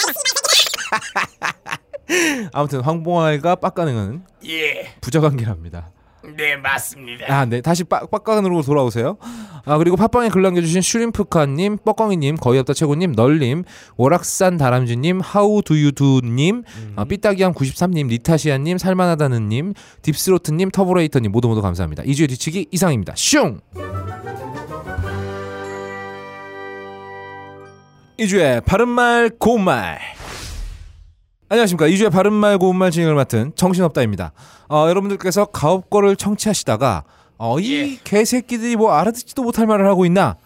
[SPEAKER 1] 아무튼 황보항알과 빡가능은
[SPEAKER 5] 예,
[SPEAKER 1] 부자관계랍니다.
[SPEAKER 5] 네 맞습니다.
[SPEAKER 1] 아, 네. 다시 빡, 빡강으로 돌아오세요. 아, 그리고 팟빵에 글 남겨주신 슈림프카님, 뻐껑이님, 거의 없다 최고님, 널님, 오락산 다람쥐님, 하우두유두님, 아, 삐딱이함93님, 리타시아님, 살만하다는님, 딥스로트님, 터보레이터님 모두 모두 감사합니다. 2주의 뒤치기 이상입니다. 슝! 2주의 바른말 고운말 안녕하십니까 이주의 바른말 고운말 진행을 맡은 정신없다입니다. 어, 여러분들께서 가업거를 청취하시다가 어, 이
[SPEAKER 5] 예.
[SPEAKER 1] 개새끼들이 뭐 알아듣지도 못할 말을 하고 있나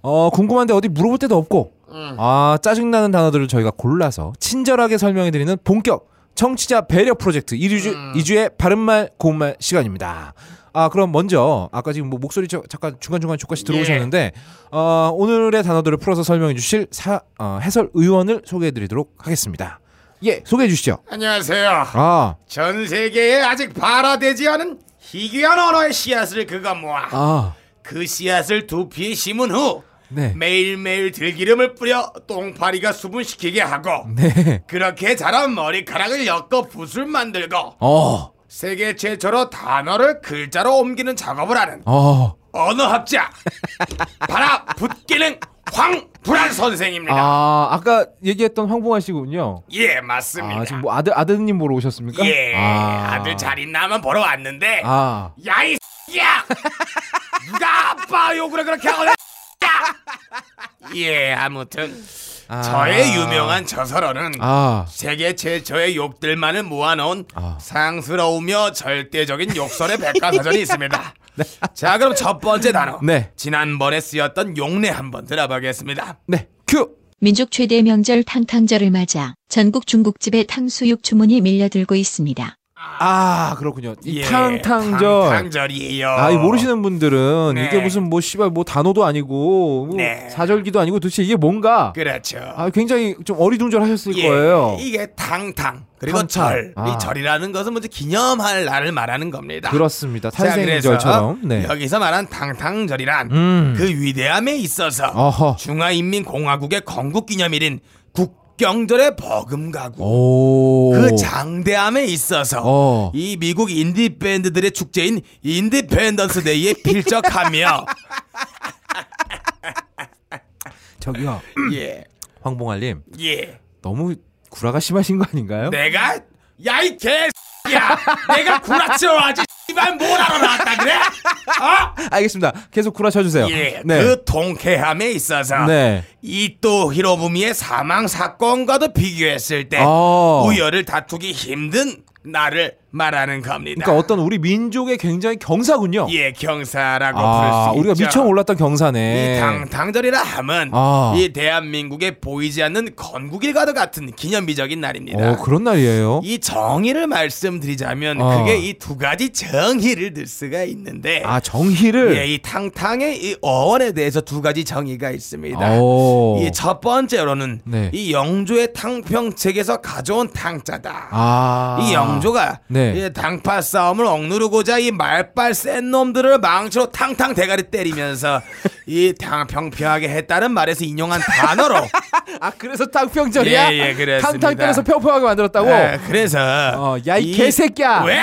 [SPEAKER 1] 어, 궁금한데 어디 물어볼 데도 없고 아 짜증나는 단어들을 저희가 골라서 친절하게 설명해드리는 본격 청취자 배려 프로젝트 이주 이주의 바른말 고운말 시간입니다. 아 그럼 먼저 아까 지금 뭐 목소리 저- 잠깐 중간 중간 조금씩 들어오셨는데 어, 오늘의 단어들을 풀어서 설명해 주실 사, 어, 해설 의원을 소개해드리도록 하겠습니다. 예, 소개해 주시죠.
[SPEAKER 5] 안녕하세요.
[SPEAKER 1] 아,
[SPEAKER 5] 전 세계에 아직 발화되지 않은 희귀한 언어의 씨앗을 그가 모아
[SPEAKER 1] 아,
[SPEAKER 5] 그 씨앗을 두피에 심은 후
[SPEAKER 1] 네,
[SPEAKER 5] 매일매일 들기름을 뿌려 똥파리가 수분시키게 하고
[SPEAKER 1] 네,
[SPEAKER 5] 그렇게 자란 머리카락을 엮어 붓을 만들고
[SPEAKER 1] 어,
[SPEAKER 5] 세계 최초로 단어를 글자로 옮기는 작업을 하는
[SPEAKER 1] 어,
[SPEAKER 5] 언어학자 바라 붓기능 황불안 선생입니다.
[SPEAKER 1] 아, 아까 얘기했던 황봉아 씨군요.
[SPEAKER 5] 예 맞습니다.
[SPEAKER 1] 아, 지금 뭐 아들 아드님 보러 오셨습니까?
[SPEAKER 5] 예
[SPEAKER 1] 아.
[SPEAKER 5] 아... 들잘 있나 하면 보러 왔는데
[SPEAKER 1] 아,
[SPEAKER 5] 야이 야 누가 아빠 욕을 그렇게 하고 예 아무튼
[SPEAKER 1] 아.
[SPEAKER 5] 저의 유명한 저서로는
[SPEAKER 1] 아,
[SPEAKER 5] 세계 최초의 욕들만을 모아놓은
[SPEAKER 1] 아.
[SPEAKER 5] 상스러우며 절대적인 욕설의 백과사전이 있습니다. 자 그럼 첫 번째 단어
[SPEAKER 1] 네.
[SPEAKER 5] 지난번에 쓰였던 용례 한번 들어보겠습니다.
[SPEAKER 1] 네, 큐.
[SPEAKER 6] 민족 최대 명절 탕탕절을 맞아 전국 중국집에 탕수육 주문이 밀려들고 있습니다.
[SPEAKER 1] 아, 그렇군요. 이
[SPEAKER 5] 예,
[SPEAKER 1] 탕탕절.
[SPEAKER 5] 탕탕절이에요.
[SPEAKER 1] 아, 이 모르시는 분들은
[SPEAKER 5] 네.
[SPEAKER 1] 이게 무슨 뭐 씨발 뭐 단어도 아니고 뭐
[SPEAKER 5] 네.
[SPEAKER 1] 사절기도 아니고 도대체 이게 뭔가?
[SPEAKER 5] 그렇죠.
[SPEAKER 1] 아, 굉장히 좀 어리둥절하셨을
[SPEAKER 5] 예,
[SPEAKER 1] 거예요.
[SPEAKER 5] 이게 탕탕 그리고
[SPEAKER 1] 탕탕.
[SPEAKER 5] 절.
[SPEAKER 1] 아.
[SPEAKER 5] 이 절이라는 것은 먼저 기념할 날을 말하는 겁니다.
[SPEAKER 1] 그렇습니다.
[SPEAKER 5] 자, 그래서
[SPEAKER 1] 탄생절처럼. 네.
[SPEAKER 5] 여기서 말한 탕탕절이란
[SPEAKER 1] 음. 아.
[SPEAKER 5] 그 위대함에 있어서
[SPEAKER 1] 어허.
[SPEAKER 5] 중화인민공화국의 건국기념일인 국경절의 버금가고
[SPEAKER 1] 오.
[SPEAKER 5] 그 장대함에 있어서
[SPEAKER 1] 어.
[SPEAKER 5] 이 미국 인디 밴드들의 축제인 인디펜던스 데이에 필적하며
[SPEAKER 1] 저기요.
[SPEAKER 5] 예.
[SPEAKER 1] 황봉알님
[SPEAKER 5] 예.
[SPEAKER 1] 너무 구라가 심하신 거 아닌가요?
[SPEAKER 5] 내가 야 이 개. 야, 내가 구라쳐하지 씨발 뭘 하러 나왔다 그래? 어?
[SPEAKER 1] 알겠습니다. 계속 구라 쳐주세요.
[SPEAKER 5] 예,
[SPEAKER 1] 네.
[SPEAKER 5] 그 통쾌함에 있어서
[SPEAKER 1] 네.
[SPEAKER 5] 이또 히로부미의 사망 사건과도 비교했을 때
[SPEAKER 1] 아.
[SPEAKER 5] 우열을 다투기 힘든 나를 말하는 겁니다.
[SPEAKER 1] 그러니까 어떤 우리 민족의 굉장히 경사군요.
[SPEAKER 5] 예 경사라고
[SPEAKER 1] 어. 아,
[SPEAKER 5] 부를 수
[SPEAKER 1] 우리가
[SPEAKER 5] 있죠.
[SPEAKER 1] 미처 몰랐던 경사네.
[SPEAKER 5] 이 당당절이라 함은
[SPEAKER 1] 아.
[SPEAKER 5] 이 대한민국의 보이지 않는 건국일과도 같은 기념비적인 날입니다.
[SPEAKER 1] 어, 그런 날이에요.
[SPEAKER 5] 이 정의를 말씀드리자면
[SPEAKER 1] 어.
[SPEAKER 5] 그게 이 두 가지 정의를 들 수가 있는데
[SPEAKER 1] 아, 정희를.
[SPEAKER 5] 예, 이 탕탕의 이 어원에 대해서 두 가지 정의가 있습니다. 예,
[SPEAKER 1] 오.
[SPEAKER 5] 이 첫 번째로는
[SPEAKER 1] 어. 네.
[SPEAKER 5] 이 영조의 탕평책에서 가져온 탕자다.
[SPEAKER 1] 아.
[SPEAKER 5] 이 영조가
[SPEAKER 1] 네.
[SPEAKER 5] 이 당파 싸움을 억누르고자 이 말빨 센 놈들을 망치로 탕탕 대가리 때리면서 이 당평평하게 했다는 말에서 인용한 단어로
[SPEAKER 1] 아, 그래서 탕평절이야?
[SPEAKER 5] 예, 예, 그랬습니다.
[SPEAKER 1] 탕탕 때려서 평평하게 만들었다고?
[SPEAKER 5] 예, 그래서
[SPEAKER 1] 어, 야, 이
[SPEAKER 5] 이-
[SPEAKER 1] 개새끼야.
[SPEAKER 5] 왜?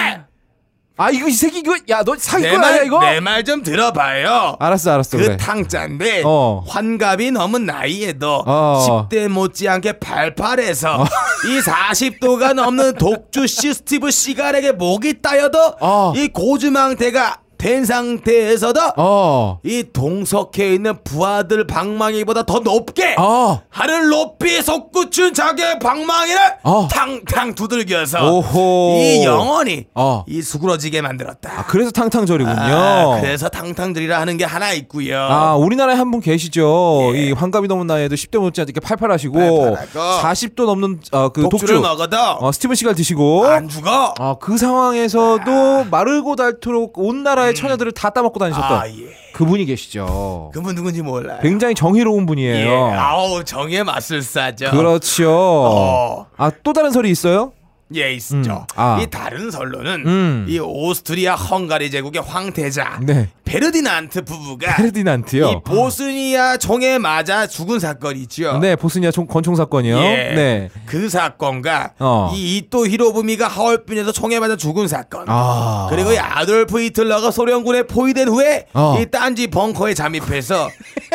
[SPEAKER 1] 아, 이거 이 새끼 이거 야, 너 사기꾼 아니야, 이거?
[SPEAKER 5] 내말내 말 좀 들어봐요.
[SPEAKER 1] 알았어, 알았어.
[SPEAKER 5] 그
[SPEAKER 1] 그래.
[SPEAKER 5] 탕자인데
[SPEAKER 1] 어.
[SPEAKER 5] 환갑이 넘은 나이에도
[SPEAKER 1] 어.
[SPEAKER 5] 10대 못지않게 팔팔해서 이 40도가 넘는 독주씨 스티브 시갈에게 목이 따여도
[SPEAKER 1] 어.
[SPEAKER 5] 이 고주망태가 된 상태에서도
[SPEAKER 1] 어.
[SPEAKER 5] 이 동석해 있는 부하들 방망이보다 더 높게
[SPEAKER 1] 어.
[SPEAKER 5] 하늘 높이 솟구친 자기의 방망이를
[SPEAKER 1] 어.
[SPEAKER 5] 탕탕 두들겨서
[SPEAKER 1] 오호.
[SPEAKER 5] 이 영혼이
[SPEAKER 1] 어.
[SPEAKER 5] 이 수그러지게 만들었다.
[SPEAKER 1] 아, 그래서 탕탕절이군요.
[SPEAKER 5] 아, 그래서 탕탕들이라 하는 게 하나 있고요.
[SPEAKER 1] 아, 우리나라에 한 분 계시죠. 이 환갑이 넘은 나이에도 10대 못지 않게 팔팔하시고
[SPEAKER 5] 예. 팔팔하고
[SPEAKER 1] 40도 넘는 어, 그
[SPEAKER 5] 독주를
[SPEAKER 1] 독주
[SPEAKER 5] 먹어도
[SPEAKER 1] 어, 스티븐 시갈 드시고
[SPEAKER 5] 안 죽어.
[SPEAKER 1] 어, 그 상황에서도 마르고 닳도록 온 나라의 처녀들을 다 따먹고 다니셨던
[SPEAKER 5] 음. 아, 예.
[SPEAKER 1] 그분이 계시죠.
[SPEAKER 5] 그분 누군지 몰라요.
[SPEAKER 1] 굉장히 정의로운
[SPEAKER 5] 예.
[SPEAKER 1] 분이에요.
[SPEAKER 5] 아우 정의 맛을 싸죠.
[SPEAKER 1] 그렇죠.
[SPEAKER 5] 어.
[SPEAKER 1] 아, 또 다른 설이 있어요?
[SPEAKER 5] 예 있죠.
[SPEAKER 1] 음, 아.
[SPEAKER 5] 이 다른 선로는
[SPEAKER 1] 음.
[SPEAKER 5] 이 오스트리아 헝가리 제국의 황태자
[SPEAKER 1] 네.
[SPEAKER 5] 베르디난트 부부가
[SPEAKER 1] 페르디난트요.
[SPEAKER 5] 아, 이 보스니아 총에 맞아 죽은 사건이죠.
[SPEAKER 1] 네, 보스니아 총- 권총 사건이요.
[SPEAKER 5] 예.
[SPEAKER 1] 네.
[SPEAKER 5] 그 사건과
[SPEAKER 1] 어.
[SPEAKER 5] 이 이토 히로부미가 하얼빈에서 총에 맞아 죽은 사건.
[SPEAKER 1] 아.
[SPEAKER 5] 그리고 이 아돌프 히틀러가 소련군에 포위된 후에
[SPEAKER 1] 어.
[SPEAKER 5] 이 딴지 벙커에 잠입해서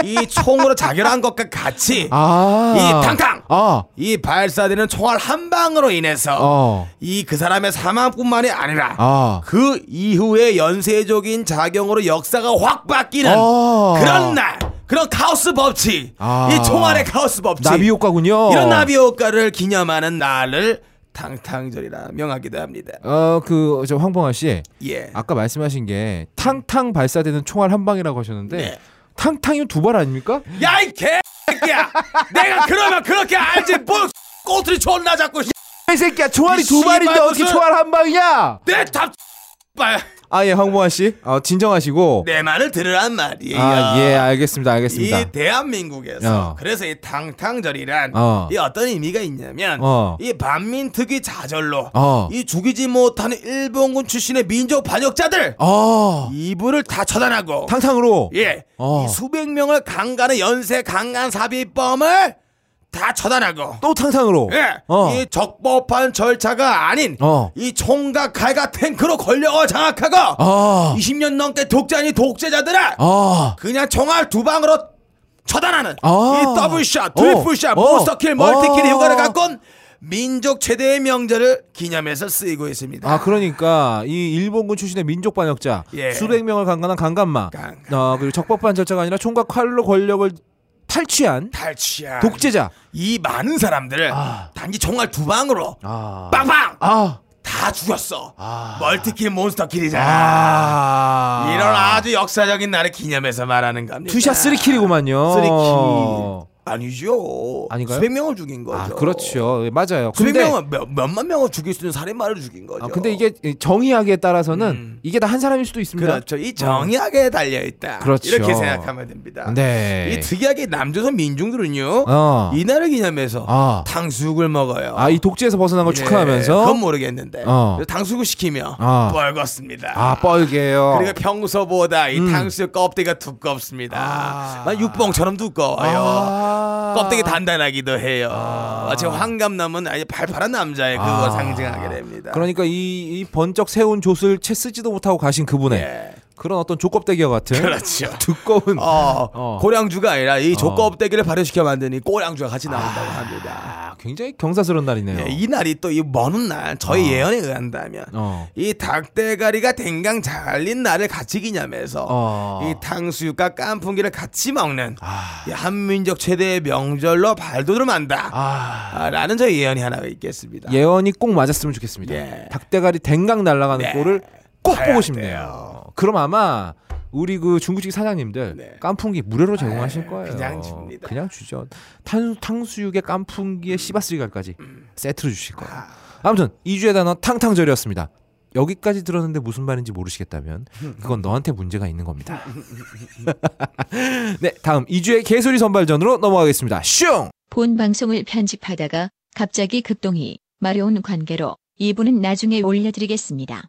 [SPEAKER 5] 이 총으로 자결한 것과 같이
[SPEAKER 1] 아.
[SPEAKER 5] 이 탕탕!
[SPEAKER 1] 아.
[SPEAKER 5] 이 발사되는 총알 한 방으로 인해서
[SPEAKER 1] 어.
[SPEAKER 5] 이 그 사람의 사망뿐만이 아니라
[SPEAKER 1] 아.
[SPEAKER 5] 그 이후에 연쇄적인 작용으로 역사가 확 바뀌는
[SPEAKER 1] 어.
[SPEAKER 5] 그런 날 그런 카오스 법칙
[SPEAKER 1] 아.
[SPEAKER 5] 이 총알의 카오스 법칙
[SPEAKER 1] 나비 효과군요.
[SPEAKER 5] 이런 나비 효과를 기념하는 날을 탕탕절이라 명하기도 합니다.
[SPEAKER 1] 어그 저 황봉아 씨
[SPEAKER 5] 예.
[SPEAKER 1] 아까 말씀하신 게 탕탕 발사되는 총알 한 방이라고 하셨는데
[SPEAKER 5] 네.
[SPEAKER 1] 탕탕이 두 발 아닙니까?
[SPEAKER 5] 야, 이 개새끼야! 내가 그러면 그렇게 알지! 뭘 꼬투리 존나 잡고, 씨.
[SPEAKER 1] 이 새끼야 총알이 두
[SPEAKER 5] 씨발
[SPEAKER 1] 발인데 어떻게
[SPEAKER 5] 무슨-
[SPEAKER 1] 총알 한 방이야?
[SPEAKER 5] 내 답, 발.
[SPEAKER 1] 아예 황봉아 씨 어, 진정하시고
[SPEAKER 5] 내 말을 들으란 말이에요.
[SPEAKER 1] 아 예 알겠습니다 알겠습니다.
[SPEAKER 5] 네, 이 대한민국에서
[SPEAKER 1] 어.
[SPEAKER 5] 그래서 이 탕탕절이란
[SPEAKER 1] 어.
[SPEAKER 5] 이 어떤 의미가 있냐면
[SPEAKER 1] 어.
[SPEAKER 5] 이 반민특위 좌절로
[SPEAKER 1] 어.
[SPEAKER 5] 이 죽이지 못하는 일본군 출신의 민족 반역자들
[SPEAKER 1] 어
[SPEAKER 5] 이분을 다 처단하고
[SPEAKER 1] 탕탕으로
[SPEAKER 5] 예.
[SPEAKER 1] 어.
[SPEAKER 5] 이 수백 명을 강간의 연쇄 강간 삽입범을 다 처단하고
[SPEAKER 1] 또 탕탕으로
[SPEAKER 5] 예.
[SPEAKER 1] 어.
[SPEAKER 5] 이 적법한 절차가 아닌
[SPEAKER 1] 어.
[SPEAKER 5] 이 총각 칼과 탱크로 권력을 장악하고
[SPEAKER 1] 어.
[SPEAKER 5] 20년 넘게 독재니 독재자들을
[SPEAKER 1] 어.
[SPEAKER 5] 그냥 총알 두 방으로 처단하는
[SPEAKER 1] 아.
[SPEAKER 5] 이 더블샷,
[SPEAKER 1] 어.
[SPEAKER 5] 트리플샷,
[SPEAKER 1] 어.
[SPEAKER 5] 몬스터킬, 멀티킬의
[SPEAKER 1] 어.
[SPEAKER 5] 효과를 갖고온 민족 최대의 명절을 기념해서 쓰이고 있습니다.
[SPEAKER 1] 아 그러니까 이 일본군 출신의 민족 반역자
[SPEAKER 5] 예.
[SPEAKER 1] 수백 명을 강간한 강간마
[SPEAKER 5] 강간.
[SPEAKER 1] 어, 그리고 적법한 절차가 아니라 총과 칼로 권력을 탈취한
[SPEAKER 5] 탈취한
[SPEAKER 1] 독재자
[SPEAKER 5] 이 많은 사람들을 단지 총알 두 방으로
[SPEAKER 1] 아.
[SPEAKER 5] 빵빵
[SPEAKER 1] 아
[SPEAKER 5] 다 죽였어. 멀티킬, 아. 몬스터킬이잖아. 이런 아주 역사적인 날을 기념해서 말하는 겁니다.
[SPEAKER 1] 투샷 쓰리킬이구만요
[SPEAKER 5] 쓰리킬 아니죠.
[SPEAKER 1] 아닌가요?
[SPEAKER 5] 수백 명을 죽인 거죠.
[SPEAKER 1] 아 그렇죠 예, 맞아요
[SPEAKER 5] 수백
[SPEAKER 1] 근데
[SPEAKER 5] 명은 몇, 몇만 명을 죽일 수 있는 살인마를 죽인 거죠.
[SPEAKER 1] 아, 근데 이게 정의학에 따라서는 이게 다 한 사람일 수도 있습니다
[SPEAKER 5] 음. 그렇죠. 이 정의학에 달려 있다.
[SPEAKER 1] 그렇죠.
[SPEAKER 5] 이렇게 생각하면 됩니다.
[SPEAKER 1] 네.
[SPEAKER 5] 이 특이하게 남조선 민중들은요.
[SPEAKER 1] 어.
[SPEAKER 5] 이날을 기념해서
[SPEAKER 1] 아.
[SPEAKER 5] 탕수육을 먹어요.
[SPEAKER 1] 아 이 독재에서 벗어난 걸
[SPEAKER 5] 예,
[SPEAKER 1] 축하하면서
[SPEAKER 5] 그건 모르겠는데
[SPEAKER 1] 어.
[SPEAKER 5] 그래서 탕수육을 시키며
[SPEAKER 1] 아.
[SPEAKER 5] 뻘겋습니다.
[SPEAKER 1] 아 음. 뻘개요
[SPEAKER 5] 그리고 평소보다 이 탕수육 껍데기가 두껍습니다. 막 육봉처럼 두꺼워요.
[SPEAKER 1] 아.
[SPEAKER 5] 껍데기 단단하기도 해요. 마치 황감남은 아예 발팔한 남자의 그거 상징하게 됩니다.
[SPEAKER 1] 아. 그러니까 이, 이 번쩍 세운 돛을 채 쓰지도 못하고 가신 그분의
[SPEAKER 5] 예.
[SPEAKER 1] 그런 어떤 조껍데기와 같은
[SPEAKER 5] 그렇죠.
[SPEAKER 1] 두꺼운
[SPEAKER 5] 어,
[SPEAKER 1] 어.
[SPEAKER 5] 고량주가 아니라 이 조껍데기를 발효시켜 만드니 꼬량주가 같이 나온다고 합니다.
[SPEAKER 1] 아, 굉장히 경사스러운 날이네요.
[SPEAKER 5] 예, 이 날이 또 이 먼 날, 저희 예언에 의한다면
[SPEAKER 1] 어.
[SPEAKER 5] 이 닭대가리가 댕강 잘린 날을 같이 기념해서
[SPEAKER 1] 어. 아.
[SPEAKER 5] 이 탕수육과 깐풍기를 같이 먹는 이 한민족 최대의 명절로 발돋움한다.
[SPEAKER 1] 아,
[SPEAKER 5] 라는 저희 예언이 하나가 있겠습니다.
[SPEAKER 1] 예언이 꼭 맞았으면 좋겠습니다.
[SPEAKER 5] 예.
[SPEAKER 1] 닭대가리 댕강 날아가는
[SPEAKER 5] 네.
[SPEAKER 1] 꼴을 꼭
[SPEAKER 5] 봐야
[SPEAKER 1] 보고 싶네요.
[SPEAKER 5] 돼요.
[SPEAKER 1] 어, 그럼 아마 우리 그 중국집 사장님들
[SPEAKER 5] 네.
[SPEAKER 1] 깐풍기 무료로 제공하실
[SPEAKER 5] 아유,
[SPEAKER 1] 거예요.
[SPEAKER 5] 그냥 줍니다. 음.
[SPEAKER 1] 그냥 주죠. 탄, 탕수육에 깐풍기에 씨바스리갈까지 세트로 주실 거예요. 아무튼 2주의 단어 탕탕절이었습니다. 여기까지 들었는데 무슨 말인지 모르시겠다면 그건 너한테 문제가 있는 겁니다. 네, 다음 2주의 개소리 선발전으로 넘어가겠습니다. 슝!
[SPEAKER 6] 본 방송을 편집하다가 갑자기 급동이 마려운 관계로 이분은 나중에 올려드리겠습니다.